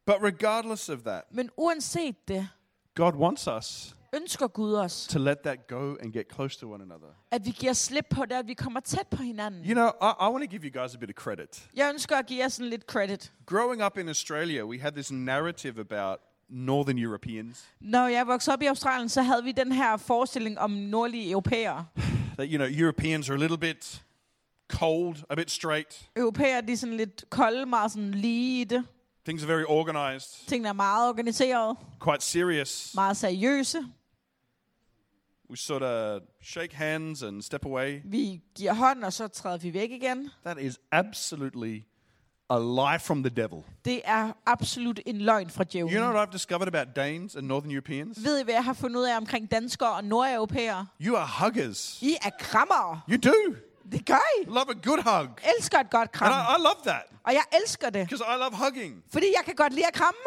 Speaker 2: But regardless of that,
Speaker 3: Men uanset det,
Speaker 2: God wants us
Speaker 3: ønsker Gud os,
Speaker 2: to let that go and get close to one another.
Speaker 3: at vi giver slip på det, at vi kommer tæt på hinanden.
Speaker 2: You know, I, I want to give you guys a bit of credit.
Speaker 3: Jeg ønsker at give jer sådan lidt credit.
Speaker 2: Growing up in Australia, we had this narrative about Northern Europeans
Speaker 3: Når jeg voksede op i Australien, så havde vi den her forestilling om nordlige europæere.
Speaker 2: that, you know, Europeans are a little bit cold, a bit straight,
Speaker 3: Europæere, de er sådan lidt kolde, meget sådan lige i det.
Speaker 2: things are very organized,
Speaker 3: Tingene er meget organiseret,
Speaker 2: quite serious.
Speaker 3: meget seriøse.
Speaker 2: We sort of shake hands and step away.
Speaker 3: Vi giver hånd, og så træder vi væk igen.
Speaker 2: That is absolutely a lie from the devil.
Speaker 3: Det er absolut en løgn fra
Speaker 2: You know
Speaker 3: djævlen.
Speaker 2: what I've discovered about Danes and Northern Europeans?
Speaker 3: Ved I, hvad jeg har fundet ud af omkring danskere og nordeuropæere?
Speaker 2: You are huggers.
Speaker 3: I er krammere.
Speaker 2: You do.
Speaker 3: Det gør I.
Speaker 2: Love a good hug.
Speaker 3: elsker et godt
Speaker 2: And
Speaker 3: kram.
Speaker 2: I, I love that
Speaker 3: Og jeg elsker det,
Speaker 2: because I love hugging.
Speaker 3: fordi jeg kan godt lide at kramme.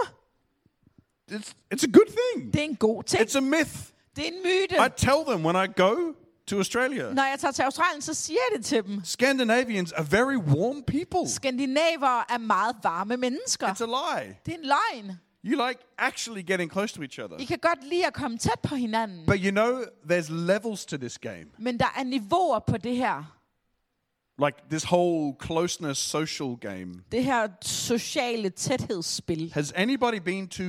Speaker 2: It's, it's a good thing,
Speaker 3: Det er en god ting.
Speaker 2: it's a myth.
Speaker 3: Det er en myte.
Speaker 2: I tell them when I go to Australia.
Speaker 3: Når jeg tager til Australien, så siger jeg det til dem.
Speaker 2: Scandinavians are very warm people.
Speaker 3: Skandinaver er meget varme mennesker.
Speaker 2: It's a lie.
Speaker 3: Det er en løgn.
Speaker 2: You like actually getting close to each other.
Speaker 3: I kan godt lide at komme tæt på hinanden.
Speaker 2: But you know, there's levels to this game.
Speaker 3: Men der er niveauer på det her.
Speaker 2: Like this whole closeness social game.
Speaker 3: Det her sociale tæthedsspil.
Speaker 2: Has anybody been to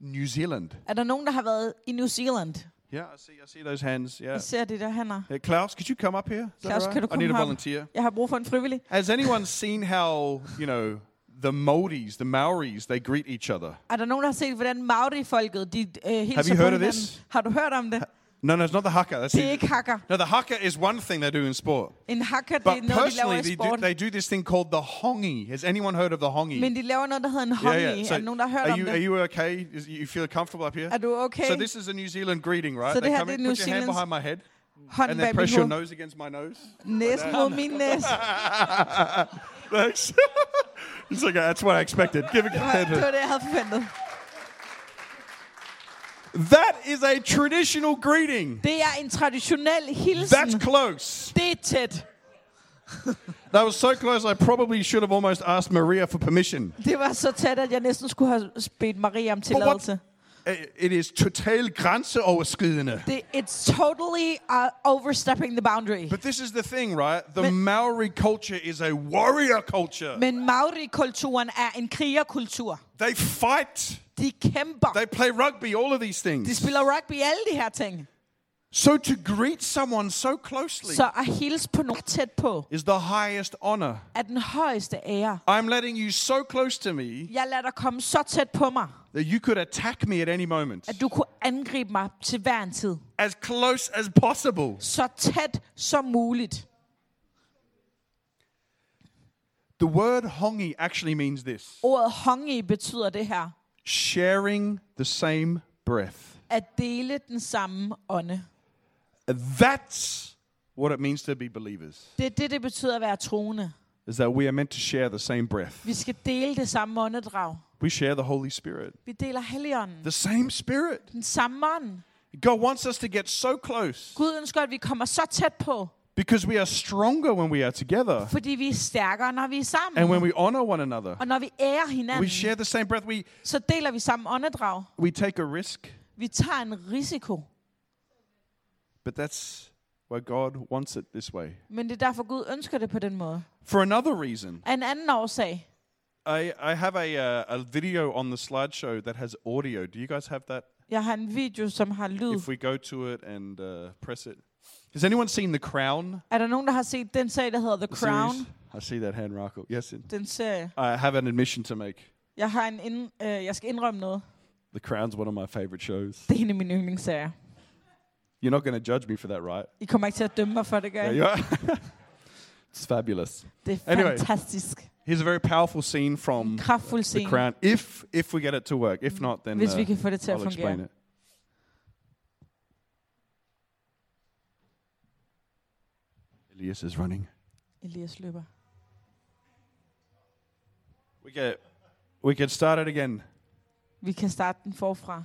Speaker 2: New Zealand?
Speaker 3: Er der nogen, der har været i New Zealand?
Speaker 2: Yeah, I see. I see those hands. Yeah.
Speaker 3: Jeg ser det der, han er.
Speaker 2: Hey, Klaus, could you come up here? Is that
Speaker 3: Klaus,
Speaker 2: all right?
Speaker 3: kan du
Speaker 2: I need
Speaker 3: komme
Speaker 2: a
Speaker 3: herop?
Speaker 2: volunteer.
Speaker 3: Jeg har brug for en frivillig.
Speaker 2: Has anyone seen how you know the Maoris, the Maoris, they greet each other?
Speaker 3: Er der nogen, der har set, hvordan Maori-folket, de øh, hilser
Speaker 2: Have you
Speaker 3: på
Speaker 2: heard of
Speaker 3: hinanden?
Speaker 2: this?
Speaker 3: Har du hørt om det?
Speaker 2: No, no, it's not the haka. That's
Speaker 3: Det er ikke hakker.
Speaker 2: No, the haka is one thing they do in sport.
Speaker 3: En hakker, det er
Speaker 2: But
Speaker 3: noget, de laver
Speaker 2: personally,
Speaker 3: i
Speaker 2: they do,
Speaker 3: sport.
Speaker 2: they do this thing called the hongi. Has anyone heard of the hongi?
Speaker 3: Men de laver noget, der hedder en hongi. er der nogen, der har hørt
Speaker 2: are
Speaker 3: om
Speaker 2: you
Speaker 3: det?
Speaker 2: are you okay? Is, you feel comfortable up here?
Speaker 3: Er du okay?
Speaker 2: So this is a New Zealand greeting, right?
Speaker 3: Så
Speaker 2: they
Speaker 3: det her,
Speaker 2: come
Speaker 3: det
Speaker 2: in,
Speaker 3: er New
Speaker 2: put your hand
Speaker 3: Zealands-
Speaker 2: behind my head,
Speaker 3: Hånden
Speaker 2: and
Speaker 3: bag
Speaker 2: then press
Speaker 3: mit
Speaker 2: your
Speaker 3: hoved.
Speaker 2: nose against my nose.
Speaker 3: Næsen mod min næse.
Speaker 2: Thanks. He's like, that's what I expected. Give it a
Speaker 3: Det
Speaker 2: hand.
Speaker 3: var det, jeg havde forventet.
Speaker 2: That is a traditional greeting.
Speaker 3: Det er en traditionel hilsen.
Speaker 2: That's close.
Speaker 3: Det er tæt.
Speaker 2: That was so close. I probably should have almost asked Maria for permission.
Speaker 3: Det var så tæt, at jeg næsten skulle have bedt Maria om
Speaker 2: what-
Speaker 3: tilladelse.
Speaker 2: I- It is total grænseoverskridende.
Speaker 3: Det, it's totally uh, overstepping the boundary.
Speaker 2: But this is the thing, right? The
Speaker 3: Men-
Speaker 2: Maori culture is a warrior culture.
Speaker 3: Men Maori-kulturen er en krigerkultur.
Speaker 2: They fight.
Speaker 3: De kæmper.
Speaker 2: They play rugby, all of these things.
Speaker 3: De spiller rugby, alle de her ting.
Speaker 2: so to greet someone so closely
Speaker 3: Så at hilse på nogen tæt på,
Speaker 2: is the highest honor.
Speaker 3: er den højeste ære.
Speaker 2: I'm letting you so close to me
Speaker 3: Jeg lader dig komme så tæt på mig,
Speaker 2: that you could attack me at any moment.
Speaker 3: at du kunne angribe mig til hver en tid.
Speaker 2: As close as possible.
Speaker 3: Så tæt som muligt.
Speaker 2: The word hongi actually means this
Speaker 3: Ordet hongi betyder det her.
Speaker 2: sharing the same breath.
Speaker 3: At dele den samme ånde.
Speaker 2: That's what it means to be believers.
Speaker 3: Det er det, det betyder at være troende.
Speaker 2: Is that we are meant to share the same breath.
Speaker 3: Vi skal dele det samme åndedrag.
Speaker 2: We share the Holy Spirit.
Speaker 3: Vi deler helligånden.
Speaker 2: The same Spirit.
Speaker 3: Den samme ånd.
Speaker 2: God wants us to get so close
Speaker 3: Gud ønsker, at vi kommer så tæt på,
Speaker 2: because we are stronger when we are together
Speaker 3: fordi vi er stærkere, når vi er sammen.
Speaker 2: and when we honor one another.
Speaker 3: Og når vi ærer
Speaker 2: We
Speaker 3: hinanden,
Speaker 2: share the same breath. We,
Speaker 3: så deler vi samme åndedrag.
Speaker 2: we take a risk,
Speaker 3: Vi tager en risiko.
Speaker 2: but that's why God wants it this way.
Speaker 3: Men det er derfor, Gud ønsker det på den måde.
Speaker 2: For another reason,
Speaker 3: Af en anden årsag.
Speaker 2: I, I have a, uh, a video on the slideshow that has audio. Do you guys have that?
Speaker 3: Jeg har en video, som har lyd.
Speaker 2: If we go to it and uh, press it. Has anyone seen The Crown?
Speaker 3: Er der nogen, der har set den serie, der hedder The Crown?
Speaker 2: series? I see that hand, Rocco. Yes. it-
Speaker 3: Den serie.
Speaker 2: I have an admission to make.
Speaker 3: Jeg, har en ind, øh, jeg skal indrømme noget.
Speaker 2: The Crown's one of my favorite shows.
Speaker 3: Det er en af mine yndlingsserier.
Speaker 2: You're not going to judge me for that, right?
Speaker 3: I kommer ikke til at dømme mig for det, gør
Speaker 2: Yeah,
Speaker 3: I?
Speaker 2: you are. it's fabulous.
Speaker 3: Det er
Speaker 2: Anyway.
Speaker 3: fantastisk.
Speaker 2: Here's a very powerful scene from
Speaker 3: Kraftfuld
Speaker 2: The
Speaker 3: scene.
Speaker 2: Crown. If if we get it to work, if not, then
Speaker 3: Hvis
Speaker 2: uh,
Speaker 3: vi kan få det til at
Speaker 2: I'll explain
Speaker 3: fungere.
Speaker 2: it. Elias is running.
Speaker 3: Elias løber.
Speaker 2: We get we can start it again
Speaker 3: Vi kan starte den forfra.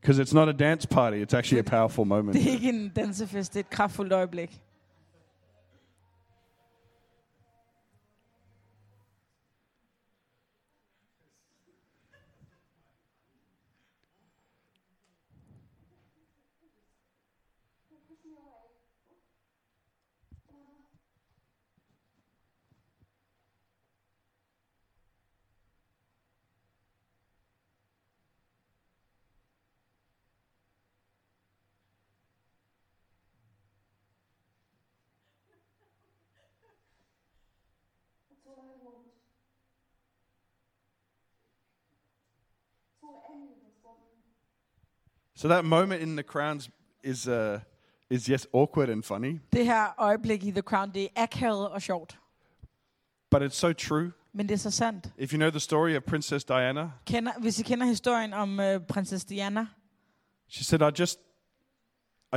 Speaker 2: because it's not a dance party. It's actually a powerful
Speaker 3: Det er
Speaker 2: moment.
Speaker 3: ikke en dansefest, det er et kraftfuldt øjeblik.
Speaker 2: So that moment in the crowns is uh, is yes awkward and funny,
Speaker 3: Det her øjeblik i The Crown, det er akavet og sjovt.
Speaker 2: but it's so true.
Speaker 3: Men det er så sandt.
Speaker 2: If you know the story of Princess Diana,
Speaker 3: Kender, hvis I kender historien om øh, prinsesse Diana,
Speaker 2: she said, "I just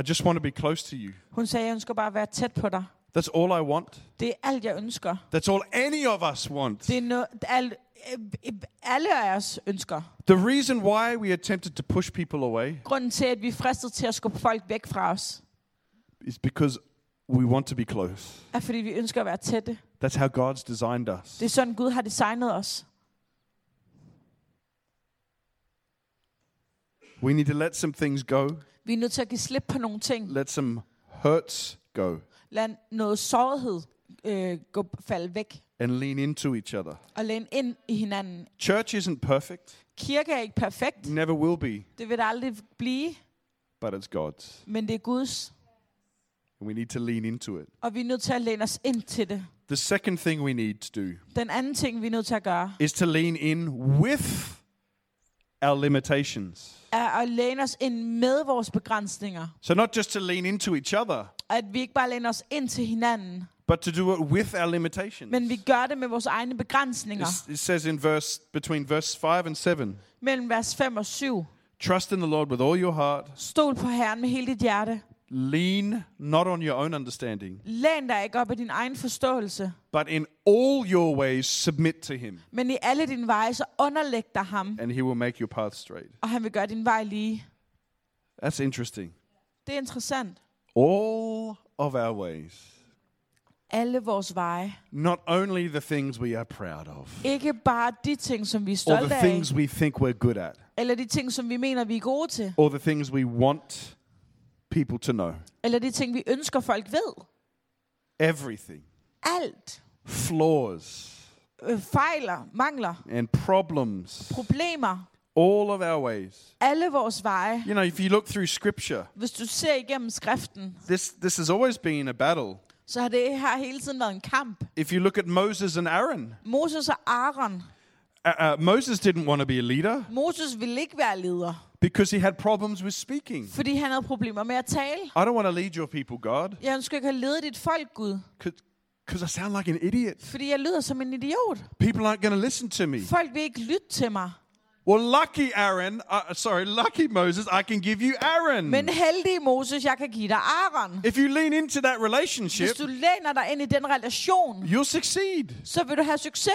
Speaker 2: I just want to be close to you.
Speaker 3: hun sagde, jeg ønsker bare at være tæt på dig.
Speaker 2: That's all I want."
Speaker 3: Det er alt, jeg ønsker.
Speaker 2: That's all any of us want.
Speaker 3: Det er noget, alt, øh, øh, alle af os ønsker.
Speaker 2: The reason why we are tempted to push people away
Speaker 3: Grunden til, at vi er fristet til at skubbe folk væk fra os,
Speaker 2: is because we want to be close.
Speaker 3: er fordi vi ønsker at være tætte.
Speaker 2: That's how God's designed us.
Speaker 3: Det er sådan, Gud har designet os.
Speaker 2: We need to let some things go,
Speaker 3: Vi er nødt til at give slip på nogle ting.
Speaker 2: let some hurts go,
Speaker 3: Lad noget sårhed øh, gå, falde væk
Speaker 2: and lean into each other.
Speaker 3: og læne ind i hinanden.
Speaker 2: Church isn't perfect,
Speaker 3: Kirke er ikke perfekt.
Speaker 2: never will be,
Speaker 3: Det vil det aldrig blive,
Speaker 2: but it's God's.
Speaker 3: men det er Guds.
Speaker 2: And we need to lean into it.
Speaker 3: Og vi er nødt til at læne os ind til det.
Speaker 2: The second thing we need to do
Speaker 3: Den anden ting, vi er nødt til at gøre,
Speaker 2: is to lean in with our limitations.
Speaker 3: er at læne os ind med vores begrænsninger.
Speaker 2: So, not just to lean into each other,
Speaker 3: At vi ikke bare læner os ind til hinanden,
Speaker 2: but to do it with our limitations.
Speaker 3: men vi gør det med vores egne begrænsninger.
Speaker 2: It's- It says in verse between verse 5 and 7
Speaker 3: Mellem vers 5 og 7.
Speaker 2: Trust in the Lord with all your heart,
Speaker 3: Stol på Herren med hele dit hjerte.
Speaker 2: lean not on your own understanding,
Speaker 3: Læn dig ikke op af din egen forståelse,
Speaker 2: but in all your ways submit to him,
Speaker 3: men i alle dine veje, så underlæg dig ham,
Speaker 2: and he will make your path straight.
Speaker 3: og han vil gøre din vej lige.
Speaker 2: That's interesting.
Speaker 3: Det er interessant.
Speaker 2: All of our ways,
Speaker 3: Alle vores veje.
Speaker 2: not only the things we are proud of
Speaker 3: Ikke bare de ting, som vi er
Speaker 2: or the
Speaker 3: stolte af,
Speaker 2: things we think we're good at
Speaker 3: eller de ting, som vi mener, vi er gode til,
Speaker 2: or the things we want people to know.
Speaker 3: eller de ting, vi ønsker, folk ved.
Speaker 2: Everything,
Speaker 3: Alt.
Speaker 2: flaws
Speaker 3: Øh, fejler, mangler,
Speaker 2: and problems,
Speaker 3: problemer.
Speaker 2: all of our ways.
Speaker 3: Alle vores veje.
Speaker 2: You know, if you look through scripture,
Speaker 3: Hvis du ser igennem skriften,
Speaker 2: this, this has always been a battle.
Speaker 3: så har det her hele tiden været en kamp.
Speaker 2: If you look at Moses and Aaron,
Speaker 3: Moses og Aaron.
Speaker 2: uh, uh, Moses didn't want to be a leader
Speaker 3: Moses ville ikke være leder,
Speaker 2: because he had problems with speaking.
Speaker 3: fordi han havde problemer med at tale.
Speaker 2: I don't want to lead your people, God,
Speaker 3: Jeg ønsker ikke at lede dit folk, Gud,
Speaker 2: because I sound like an idiot.
Speaker 3: fordi jeg lyder som en idiot.
Speaker 2: People aren't going to listen to me.
Speaker 3: Folk vil ikke lytte til mig.
Speaker 2: Well, lucky Aaron, uh, sorry, lucky Moses, I can give you Aaron.
Speaker 3: Men heldig Moses, jeg kan give dig Aaron.
Speaker 2: if you lean into that
Speaker 3: Hvis
Speaker 2: relationship,
Speaker 3: du læner dig ind i den relation,
Speaker 2: you'll succeed
Speaker 3: så vil du have succes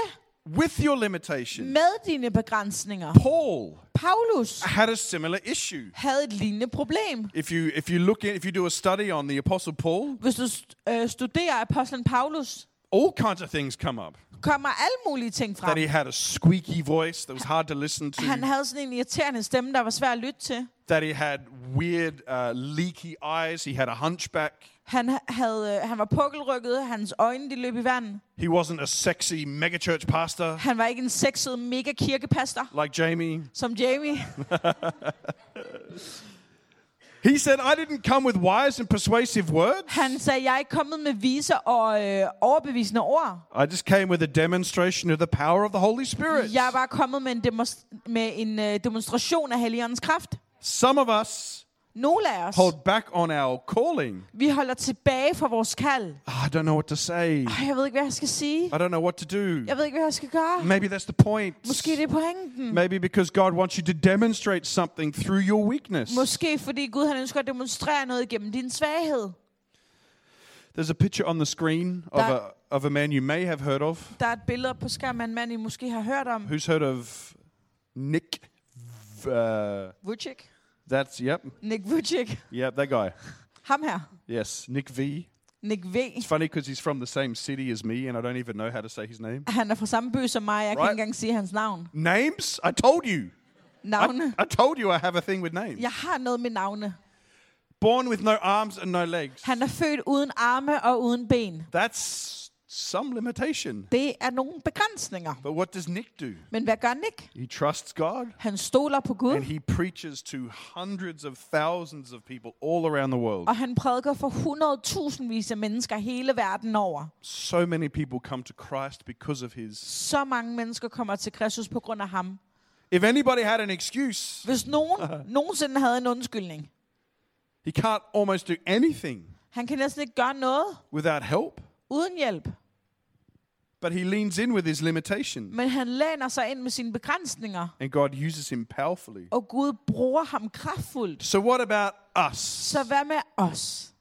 Speaker 2: with your limitation.
Speaker 3: med dine begrænsninger.
Speaker 2: Paul
Speaker 3: Paulus
Speaker 2: had a similar issue.
Speaker 3: havde et lignende problem.
Speaker 2: If you if you look in, if you do a study on the apostle Paul,
Speaker 3: Hvis du st- øh, studerer apostlen Paulus,
Speaker 2: all kinds of things come up.
Speaker 3: kommer alle mulige ting frem.
Speaker 2: That he had a squeaky voice that was hard to listen
Speaker 3: Han
Speaker 2: to.
Speaker 3: havde sådan en irriterende stemme, der var svær at lytte til.
Speaker 2: That he had weird, uh, leaky eyes. He had a hunchback.
Speaker 3: Han, ha- havde, øh, han var pukkelrykket, hans øjne de løb i vand.
Speaker 2: He wasn't a sexy megachurch pastor
Speaker 3: Han var ikke en sexet mega kirkepaster,
Speaker 2: like Jamie.
Speaker 3: som Jamie.
Speaker 2: He said, I didn't come with wise and persuasive words.
Speaker 3: Han sagde, jeg er ikke kommet med viser og øh, overbevisende ord.
Speaker 2: I just came with a demonstration of the power of the Holy Spirit.
Speaker 3: Jeg var kommet med en, demonst- med en øh, demonstration af Helligåndens kraft.
Speaker 2: Some of us
Speaker 3: Nogle af os,
Speaker 2: hold back on our calling.
Speaker 3: vi holder tilbage fra vores kald.
Speaker 2: "Ah, I don't know what to say.
Speaker 3: Ej, Jeg ved ikke, hvad jeg skal sige.
Speaker 2: I don't know what to do.
Speaker 3: Jeg ved ikke, hvad jeg skal gøre.
Speaker 2: Maybe that's the point.
Speaker 3: Måske det er pointen.
Speaker 2: Maybe because God wants you to demonstrate something through your weakness.
Speaker 3: Måske fordi Gud han ønsker at demonstrere noget gennem din svaghed.
Speaker 2: There's a picture on the screen of a,
Speaker 3: That-
Speaker 2: of a man you may have heard of.
Speaker 3: Der er et billede på skærmen af en mand, I måske har hørt om.
Speaker 2: Who's heard of Nick? V- Uh,
Speaker 3: Vucic.
Speaker 2: that's, yep,
Speaker 3: Nick Vucic.
Speaker 2: yep, that guy.
Speaker 3: Ham her.
Speaker 2: Yes, Nick V.
Speaker 3: Nick V.
Speaker 2: It's funny because he's from the same city as me and I don't even know how to say his name.
Speaker 3: Han er fra samme by som mig. Jeg kan
Speaker 2: Right.
Speaker 3: ikke engang sige hans navn.
Speaker 2: Names? I told you. I,
Speaker 3: Navne.
Speaker 2: I told you I have a thing with names.
Speaker 3: Jeg har noget med navne.
Speaker 2: Born with no arms and no legs.
Speaker 3: Han er født uden arme og uden ben.
Speaker 2: That's some limitation.
Speaker 3: Det er nogle begrænsninger.
Speaker 2: But what does Nick do?
Speaker 3: Men hvad gør Nick?
Speaker 2: He trusts God
Speaker 3: Han stoler på
Speaker 2: and
Speaker 3: Gud,
Speaker 2: he preaches to hundreds of thousands of people all around the world.
Speaker 3: og han prædiker for 100.000 vis af mennesker hele verden over.
Speaker 2: So many people come to Christ because of his.
Speaker 3: Så mange mennesker kommer til Kristus på grund af ham.
Speaker 2: If anybody had an excuse,
Speaker 3: Hvis nogen nogensinde havde en undskyldning,
Speaker 2: he can't almost do anything
Speaker 3: han kan næsten ikke gøre noget
Speaker 2: without help.
Speaker 3: uden hjælp.
Speaker 2: But he leans in with his limitation
Speaker 3: Men han læner sig ind med sine begrænsninger,
Speaker 2: and God uses him powerfully.
Speaker 3: og Gud bruger ham kraftfuldt.
Speaker 2: So, what about us?
Speaker 3: Så hvad med os?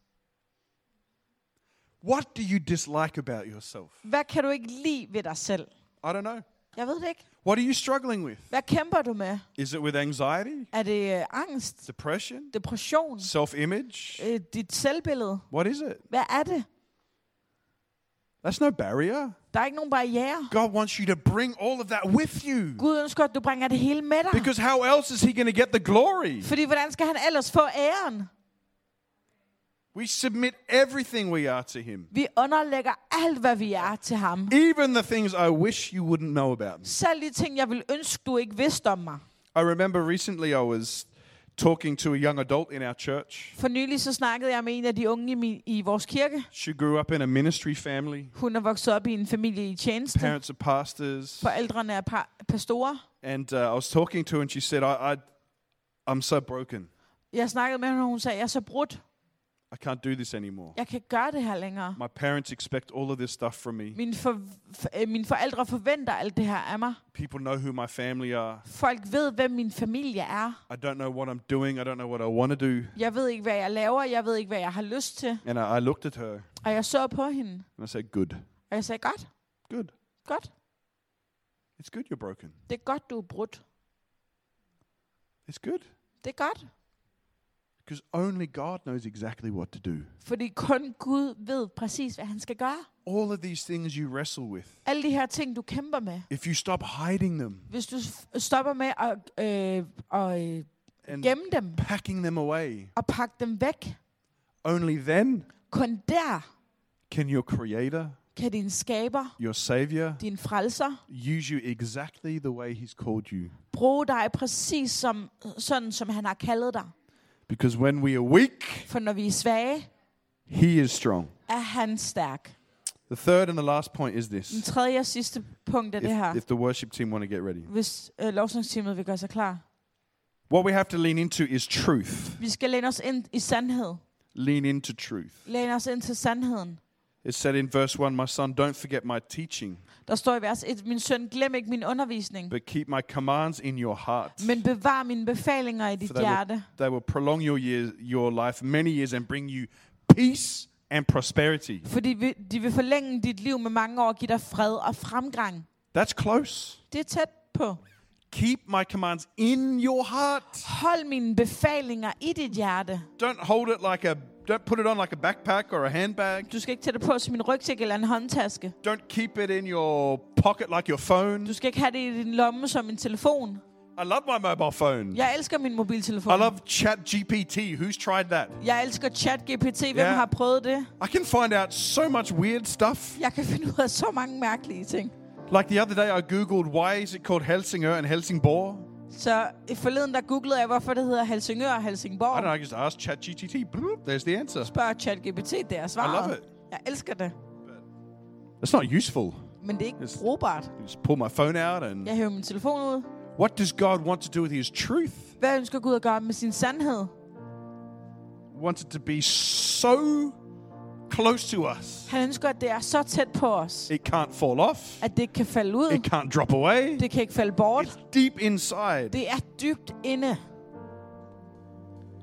Speaker 2: What do you dislike about yourself?
Speaker 3: Hvad kan du ikke lide ved dig selv?
Speaker 2: I don't know.
Speaker 3: Jeg ved det ikke.
Speaker 2: What are you struggling with?
Speaker 3: Hvad kæmper du med?
Speaker 2: Is it with anxiety,
Speaker 3: Er det øh, angst,
Speaker 2: depression,
Speaker 3: depression,
Speaker 2: self image?
Speaker 3: øh, dit selvbillede?
Speaker 2: What is it?
Speaker 3: Hvad er det?
Speaker 2: That's no barrier.
Speaker 3: Der er ikke nogen barriere.
Speaker 2: God wants you to bring all of that with you.
Speaker 3: Gud ønsker, at du bringer det hele med dig.
Speaker 2: Because how else is He going to get the glory?
Speaker 3: Fordi hvordan skal han ellers få æren?
Speaker 2: We submit everything we are to Him,
Speaker 3: Vi underlægger alt, hvad vi er til ham.
Speaker 2: even the things I wish you wouldn't know about. Me.
Speaker 3: Selv de ting, jeg ville ønske, du ikke vidste om mig.
Speaker 2: I remember recently I was talking to a young adult in our church.
Speaker 3: For nylig så snakkede jeg med en af de unge i, min, i vores kirke.
Speaker 2: She grew up in a ministry family.
Speaker 3: Hun er vokset op i en familie i tjeneste.
Speaker 2: Parents are pastors.
Speaker 3: Forældrene er par- pastorer.
Speaker 2: And uh, I was talking to her, and she said, I, I, I'm so broken.
Speaker 3: Jeg snakkede med hende, og hun sagde, jeg er så brudt.
Speaker 2: I can't do this anymore.
Speaker 3: Jeg kan ikke gøre det her længere.
Speaker 2: My parents expect all of this stuff from me.
Speaker 3: Mine, for, f- øh, mine forældre forventer alt det her af mig.
Speaker 2: People know who my family are.
Speaker 3: Folk ved, hvem min familie er.
Speaker 2: I don't know what I'm doing. I don't know what I want to do.
Speaker 3: Jeg ved ikke, hvad jeg laver. Jeg ved ikke, hvad jeg har lyst til.
Speaker 2: And I, I looked at her
Speaker 3: Og jeg så på hende.
Speaker 2: and I said, Good.
Speaker 3: Og jeg sagde, godt,
Speaker 2: Good.
Speaker 3: godt.
Speaker 2: It's good you're broken.
Speaker 3: Det er godt, du er brudt.
Speaker 2: It's good.
Speaker 3: Det er godt.
Speaker 2: Because only God knows exactly what to do.
Speaker 3: Fordi kun Gud ved præcis, hvad han skal gøre.
Speaker 2: All of these things you wrestle with,
Speaker 3: Alle de her ting, du kæmper med.
Speaker 2: if you stop hiding them
Speaker 3: Hvis du f- stopper med at, øh, og, øh,
Speaker 2: and
Speaker 3: gemme dem
Speaker 2: packing them away,
Speaker 3: og pakke dem væk,
Speaker 2: only then
Speaker 3: kun der
Speaker 2: can your Creator,
Speaker 3: kan din skaber,
Speaker 2: your Savior,
Speaker 3: din frelser,
Speaker 2: use you exactly the way He's called you.
Speaker 3: bruge dig præcis som, sådan, som han har kaldet dig.
Speaker 2: Because when we are weak,
Speaker 3: For når vi er svage,
Speaker 2: He is strong.
Speaker 3: er han stærk.
Speaker 2: The third and the last point is
Speaker 3: Den
Speaker 2: this.
Speaker 3: tredje og sidste punkt er det her,
Speaker 2: If, if the worship team want to get ready,
Speaker 3: hvis øh, lovsangsteamet vil gøre sig klar.
Speaker 2: what we have to lean into is truth.
Speaker 3: Vi skal læne os ind i sandhed.
Speaker 2: Lean into truth.
Speaker 3: Læne os ind til sandheden.
Speaker 2: It said in verse 1, My son, don't forget my teaching,
Speaker 3: Der står i vers 1, min søn, glem ikke min undervisning,
Speaker 2: but keep my commands in your heart.
Speaker 3: men bevar mine befalinger i dit
Speaker 2: For they will,
Speaker 3: hjerte.
Speaker 2: they will prolong your, years, your life many years and bring you peace and prosperity.
Speaker 3: Fordi vi, de vil forlænge dit liv med mange år og give dig fred og fremgang.
Speaker 2: That's close.
Speaker 3: Det er tæt på.
Speaker 2: Keep my commands in your heart.
Speaker 3: Hold mine befalinger i dit hjerte.
Speaker 2: Don't hold it like a, don't put it on like a backpack or a handbag.
Speaker 3: Du skal ikke tage det på som en rygsæk eller en håndtaske.
Speaker 2: Don't keep it in your pocket like your phone.
Speaker 3: Du skal ikke have det i din lomme som en telefon.
Speaker 2: I love my mobile phone.
Speaker 3: Jeg elsker min
Speaker 2: I
Speaker 3: mobiltelefon.
Speaker 2: love Chat GPT. Who's tried that?
Speaker 3: Jeg elsker ChatGPT. Hvem
Speaker 2: Ja.
Speaker 3: har prøvet det?
Speaker 2: I can find out so much weird stuff.
Speaker 3: Jeg kan finde ud af så mange mærkelige ting.
Speaker 2: Like the other day, I googled why is it called Helsingør and Helsingborg.
Speaker 3: Så i forleden der googlede jeg, hvorfor det hedder Helsingør og Helsingborg.
Speaker 2: I don't know. I just asked Chat GPT. Bloop, there's the answer.
Speaker 3: Spørg ChatGPT, det er svaret.
Speaker 2: love it.
Speaker 3: Jeg elsker det.
Speaker 2: That's not useful.
Speaker 3: Men det er ikke
Speaker 2: Yes.
Speaker 3: brugbart.
Speaker 2: I just pull my phone out and.
Speaker 3: Jeg hæver min telefon ud.
Speaker 2: What does God want to do with His truth?
Speaker 3: Hvad ønsker Gud at gøre med sin sandhed?
Speaker 2: He wants it to be so close to us.
Speaker 3: Han ønsker, at det er så tæt på os,
Speaker 2: It can't fall off.
Speaker 3: at det ikke kan falde ud.
Speaker 2: It can't drop away.
Speaker 3: Det kan ikke falde bort.
Speaker 2: It's deep inside.
Speaker 3: Det er dybt inde.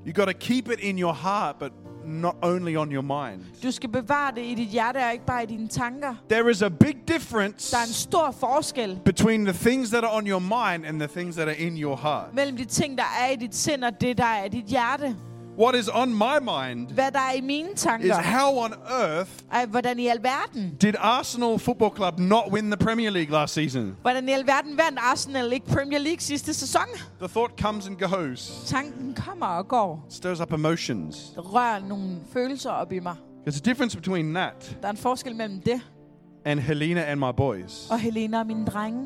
Speaker 2: You got to keep it in your heart, but not only on your mind.
Speaker 3: Du skal bevare det i dit hjerte og ikke bare i dine tanker.
Speaker 2: There is a big difference
Speaker 3: Der er en stor forskel
Speaker 2: between the things that are on your mind and the things that are in your heart.
Speaker 3: mellem de ting, der er i dit sind og det, der er i dit hjerte.
Speaker 2: What is on my mind
Speaker 3: Hvad der er i mine
Speaker 2: is
Speaker 3: tanker,
Speaker 2: how on earth
Speaker 3: er hvordan i alverden.
Speaker 2: did Arsenal Football Club not win the Premier League last season?
Speaker 3: Hvordan i alverden vandt Arsenal ikke Premier League sidste sæson?
Speaker 2: The thought comes and goes,
Speaker 3: Tanken kommer og går.
Speaker 2: stirs up emotions.
Speaker 3: Det rører nogle følelser op i mig.
Speaker 2: There's a difference between that
Speaker 3: Der er en forskel mellem det
Speaker 2: and Helena and my boys.
Speaker 3: og Helena og mine drenge.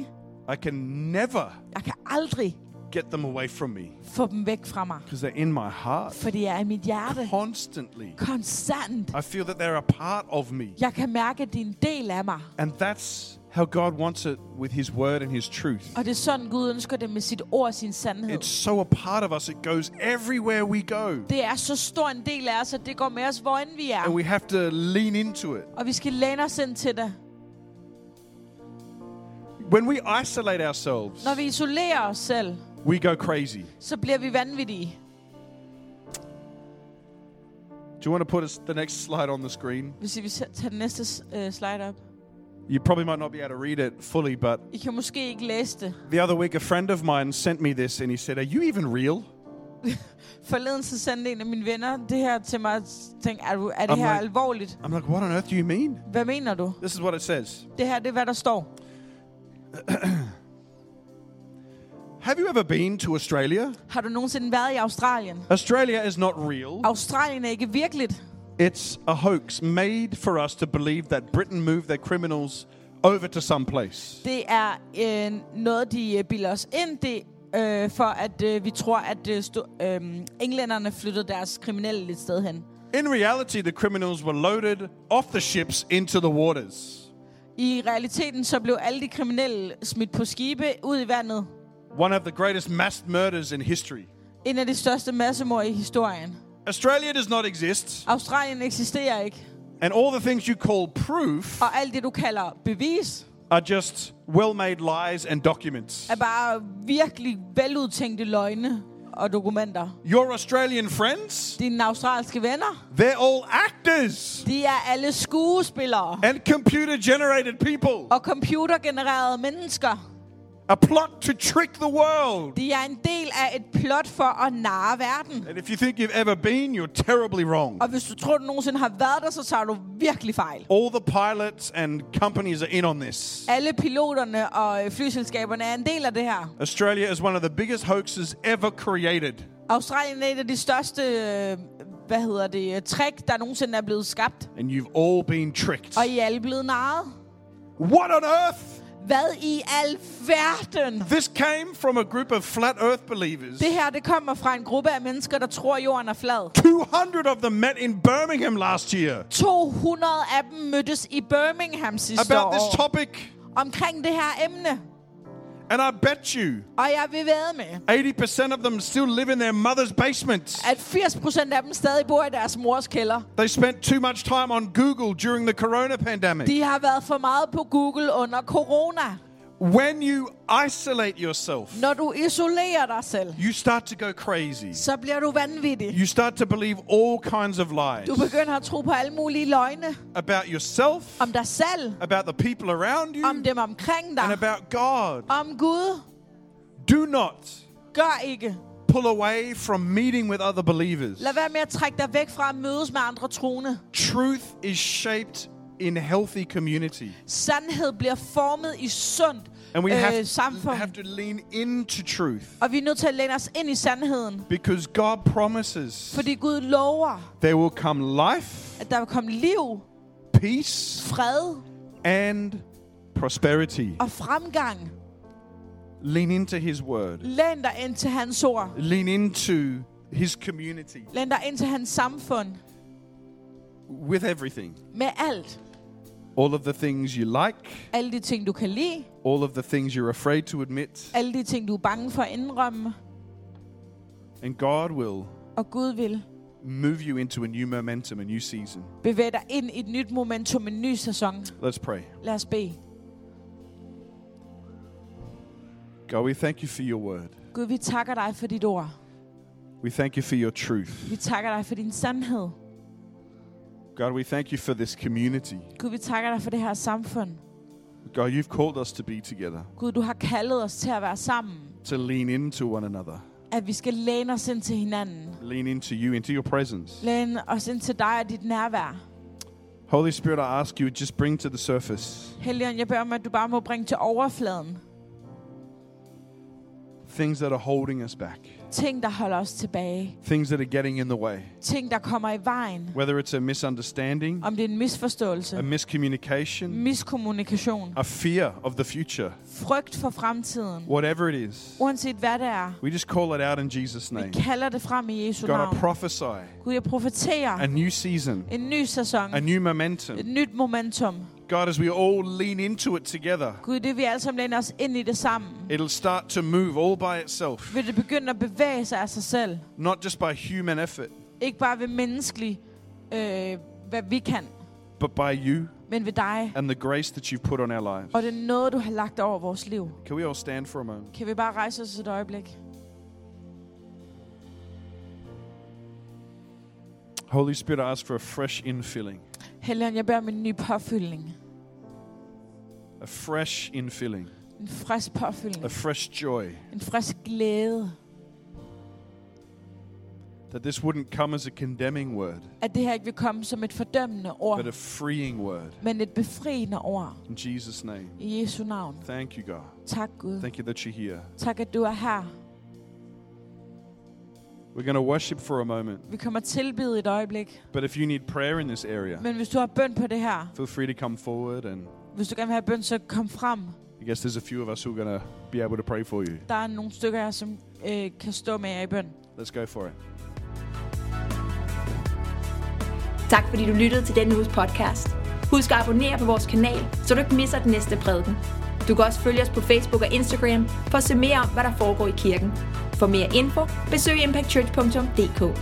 Speaker 2: I can never
Speaker 3: Jeg kan aldrig
Speaker 2: get them away from me
Speaker 3: få dem væk fra mig,
Speaker 2: because they're in my heart
Speaker 3: for det er i mit hjerte.
Speaker 2: constantly.
Speaker 3: Konstant.
Speaker 2: I feel that they're a part of me.
Speaker 3: Jeg kan mærke, at det er en del af mig.
Speaker 2: And that's how God wants it with His Word and His truth.
Speaker 3: Og det er sådan, Gud ønsker det med sit ord og sin sandhed.
Speaker 2: It's so a part of us, it goes everywhere we go.
Speaker 3: Det er så stor en del af os, at det går med os, hvor end vi
Speaker 2: And
Speaker 3: er.
Speaker 2: we have to lean into it.
Speaker 3: Og vi skal læne os ind til det.
Speaker 2: When we isolate ourselves,
Speaker 3: Når vi isolerer os selv,
Speaker 2: we go crazy. Do
Speaker 3: så bliver vi vanvittige.
Speaker 2: you want to put us the next slide on the screen?
Speaker 3: Hvis I vil sæ- tage den næste s- øh, slide op.
Speaker 2: You probably might not be able to read it fully, but
Speaker 3: I kan måske ikke læse det.
Speaker 2: the other week a friend of mine sent me this and he said, Are you even real?
Speaker 3: Forleden så sendte en af mine venner det her til mig og tænkte, er, du, er det
Speaker 2: Om
Speaker 3: her
Speaker 2: man-
Speaker 3: alvorligt?
Speaker 2: I'm like, What on earth do you mean?
Speaker 3: Hvad mener du?
Speaker 2: This is what it says
Speaker 3: Det her, det er, hvad der står.
Speaker 2: Have you ever been to Australia?
Speaker 3: Har du nogensinde været i Australien?
Speaker 2: Australia is not real,
Speaker 3: Australien er ikke virkeligt.
Speaker 2: It's a hoax made for us to believe that Britain moved their criminals over to some place.
Speaker 3: Det er øh, noget, de øh, bilder os ind det, øh, for at øh, vi tror, at øh, sto- øh, englænderne flyttede deres kriminelle et sted hen.
Speaker 2: In reality, the criminals were loaded off the ships into the waters.
Speaker 3: I realiteten så blev alle de kriminelle smidt på skibe ud i vandet.
Speaker 2: One of the greatest mass murders in history.
Speaker 3: En af de største massemord i historien.
Speaker 2: Australia does not exist,
Speaker 3: Australien eksisterer ikke,
Speaker 2: and all the things you call proof
Speaker 3: og alt det, du kalder bevis,
Speaker 2: are just well made lies and documents.
Speaker 3: er bare virkelig veludtænkte løgne og dokumenter.
Speaker 2: Your Australian friends,
Speaker 3: Dine australske venner,
Speaker 2: they're all actors
Speaker 3: de er alle skuespillere
Speaker 2: and computer generated people.
Speaker 3: og computergenererede mennesker.
Speaker 2: A plot to trick the world.
Speaker 3: De er en del af et plot for at narre verden.
Speaker 2: And if you think you've ever been, you're terribly wrong.
Speaker 3: Og hvis du tror, du nogensinde har været der, så tager du virkelig fejl.
Speaker 2: All the pilots and companies are in on this.
Speaker 3: Alle piloterne og øh, flyselskaberne er en del af det her.
Speaker 2: Australia is one of the biggest hoaxes ever created.
Speaker 3: Australien er et af de største, øh, hvad hedder det, øh, trick, der nogensinde er blevet skabt.
Speaker 2: And you've all been tricked.
Speaker 3: Og I er alle blevet narret.
Speaker 2: What on earth?
Speaker 3: Hvad i alverden?
Speaker 2: This came from a group of flat earth believers.
Speaker 3: Det her, det kommer fra en gruppe af mennesker, der tror, jorden er flad.
Speaker 2: 200 of them met in Birmingham last year
Speaker 3: 200 af dem mødtes i Birmingham sidste
Speaker 2: about this
Speaker 3: år
Speaker 2: topic.
Speaker 3: omkring det her emne.
Speaker 2: And I bet you
Speaker 3: Og jeg vil være
Speaker 2: 80%
Speaker 3: med,
Speaker 2: of them still live in their mother's basement.
Speaker 3: at 80% af dem stadig bor i deres mors kælder.
Speaker 2: They spent too much time on Google during the corona pandemic.
Speaker 3: De har været for meget på Google under corona.
Speaker 2: When you isolate yourself,
Speaker 3: Når du isolerer dig selv,
Speaker 2: you start to go crazy.
Speaker 3: så bliver du vanvittig.
Speaker 2: You start to believe all kinds of lies
Speaker 3: Du begynder at tro på alle mulige løgne
Speaker 2: about yourself,
Speaker 3: om dig selv,
Speaker 2: about the people around you,
Speaker 3: om dem omkring
Speaker 2: and
Speaker 3: dig,
Speaker 2: about God.
Speaker 3: om Gud.
Speaker 2: Do not
Speaker 3: Gør ikke.
Speaker 2: pull away from meeting with other believers.
Speaker 3: Lad være med at trække dig væk fra at mødes med andre troende.
Speaker 2: Truth is shaped in healthy community.
Speaker 3: Sandhed bliver formet i sundt
Speaker 2: And we have,
Speaker 3: øh, samfund.
Speaker 2: have to lean into truth
Speaker 3: Og vi er nødt til at læne os ind i sandheden.
Speaker 2: because God promises
Speaker 3: Fordi Gud lover,
Speaker 2: there will come life,
Speaker 3: at der vil komme liv,
Speaker 2: peace,
Speaker 3: fred
Speaker 2: and prosperity.
Speaker 3: og fremgang.
Speaker 2: Lean into His Word.
Speaker 3: Læn dig ind til hans ord.
Speaker 2: Lean into His community
Speaker 3: Læn dig ind til hans samfund.
Speaker 2: with everything.
Speaker 3: Med alt.
Speaker 2: All of the things you like,
Speaker 3: Alle de ting, du kan lide.
Speaker 2: all of the things you're afraid to admit,
Speaker 3: Alle de ting, du er bange for at indrømme.
Speaker 2: and God will
Speaker 3: Og Gud vil
Speaker 2: move you into a new momentum, a new season.
Speaker 3: bevæge dig ind i et nyt momentum, en ny sæson.
Speaker 2: Let's pray.
Speaker 3: Lad os bede.
Speaker 2: God, we thank you for your word.
Speaker 3: Gud, vi takker dig for dit ord.
Speaker 2: We thank you for your
Speaker 3: Vi
Speaker 2: truth.
Speaker 3: takker dig for din sandhed.
Speaker 2: God, we thank you for this community.
Speaker 3: Gud, vi takker dig for det her samfund.
Speaker 2: God, you've called us to be together,
Speaker 3: Gud, du har kaldet os til at være sammen.
Speaker 2: to lean into one another,
Speaker 3: At vi skal læne os ind til hinanden.
Speaker 2: lean into you, into your presence.
Speaker 3: Læne os ind til dig og dit nærvær.
Speaker 2: Holy Spirit, I ask you, just bring to the surface
Speaker 3: Helligånd, jeg beder om, at du bare må bringe til overfladen.
Speaker 2: things that are holding us back,
Speaker 3: Ting, der holder os tilbage.
Speaker 2: things that are getting in the way,
Speaker 3: Ting, der kommer i vejen.
Speaker 2: whether it's a misunderstanding,
Speaker 3: Om det er en misforståelse.
Speaker 2: a miscommunication,
Speaker 3: Miskommunikation.
Speaker 2: a fear of the future,
Speaker 3: Frygt for fremtiden.
Speaker 2: whatever it is.
Speaker 3: Uanset hvad det er.
Speaker 2: We just call it out in Jesus' name.
Speaker 3: Vi kalder det frem i Jesu
Speaker 2: God,
Speaker 3: navn.
Speaker 2: I prophesy
Speaker 3: Gud, jeg
Speaker 2: a
Speaker 3: profeterer.
Speaker 2: new season,
Speaker 3: En ny sæson.
Speaker 2: a new
Speaker 3: Et
Speaker 2: momentum.
Speaker 3: nyt momentum.
Speaker 2: God, as we all lean into it together,
Speaker 3: Gud, det vi alle sammen læner os ind i det sammen.
Speaker 2: it'll start to move all by itself,
Speaker 3: Vil det begynde at bevæge sig af sig selv.
Speaker 2: not just by human effort,
Speaker 3: Ikke bare ved menneskelig, øh, hvad vi kan,
Speaker 2: but by you
Speaker 3: men ved dig.
Speaker 2: and the grace that you've put on our lives.
Speaker 3: Og det er noget, du har lagt over vores liv.
Speaker 2: Can we all stand for a moment?
Speaker 3: Kan vi bare rejse os et øjeblik?
Speaker 2: Holy Spirit, I ask for a fresh infilling,
Speaker 3: Helligånd, jeg beder om en ny påfyldning.
Speaker 2: a fresh infilling,
Speaker 3: En frisk påfyldning.
Speaker 2: a fresh joy,
Speaker 3: En frisk glæde.
Speaker 2: that this wouldn't come as a condemning word,
Speaker 3: At det her ikke vil komme som et fordømmende ord,
Speaker 2: but a freeing word.
Speaker 3: men et befriende ord.
Speaker 2: In Jesus' name.
Speaker 3: I Jesu navn.
Speaker 2: Thank you, God.
Speaker 3: Tak Gud.
Speaker 2: Thank you that you're here.
Speaker 3: Tak, at du er her.
Speaker 2: We're We're going to worship for a moment.
Speaker 3: Vi kommer at tilbede et øjeblik.
Speaker 2: But if you need prayer in this area,
Speaker 3: Men hvis du har bøn på det her,
Speaker 2: feel free to come forward. And
Speaker 3: hvis du gerne vil have bøn, så kom frem.
Speaker 2: I guess there's a few of us who are going to be able to pray for you.
Speaker 3: Der er nogle stykker her, som øh, kan stå med jer i bøn.
Speaker 2: Let's go for it.
Speaker 1: Tak fordi du lyttede til denne uges podcast. Husk at abonnere på vores kanal, så du ikke misser den næste prædiken. Du kan også følge os på Facebook og Instagram for at se mere om, hvad der foregår i kirken. For mere info, besøg impactchurch.dk.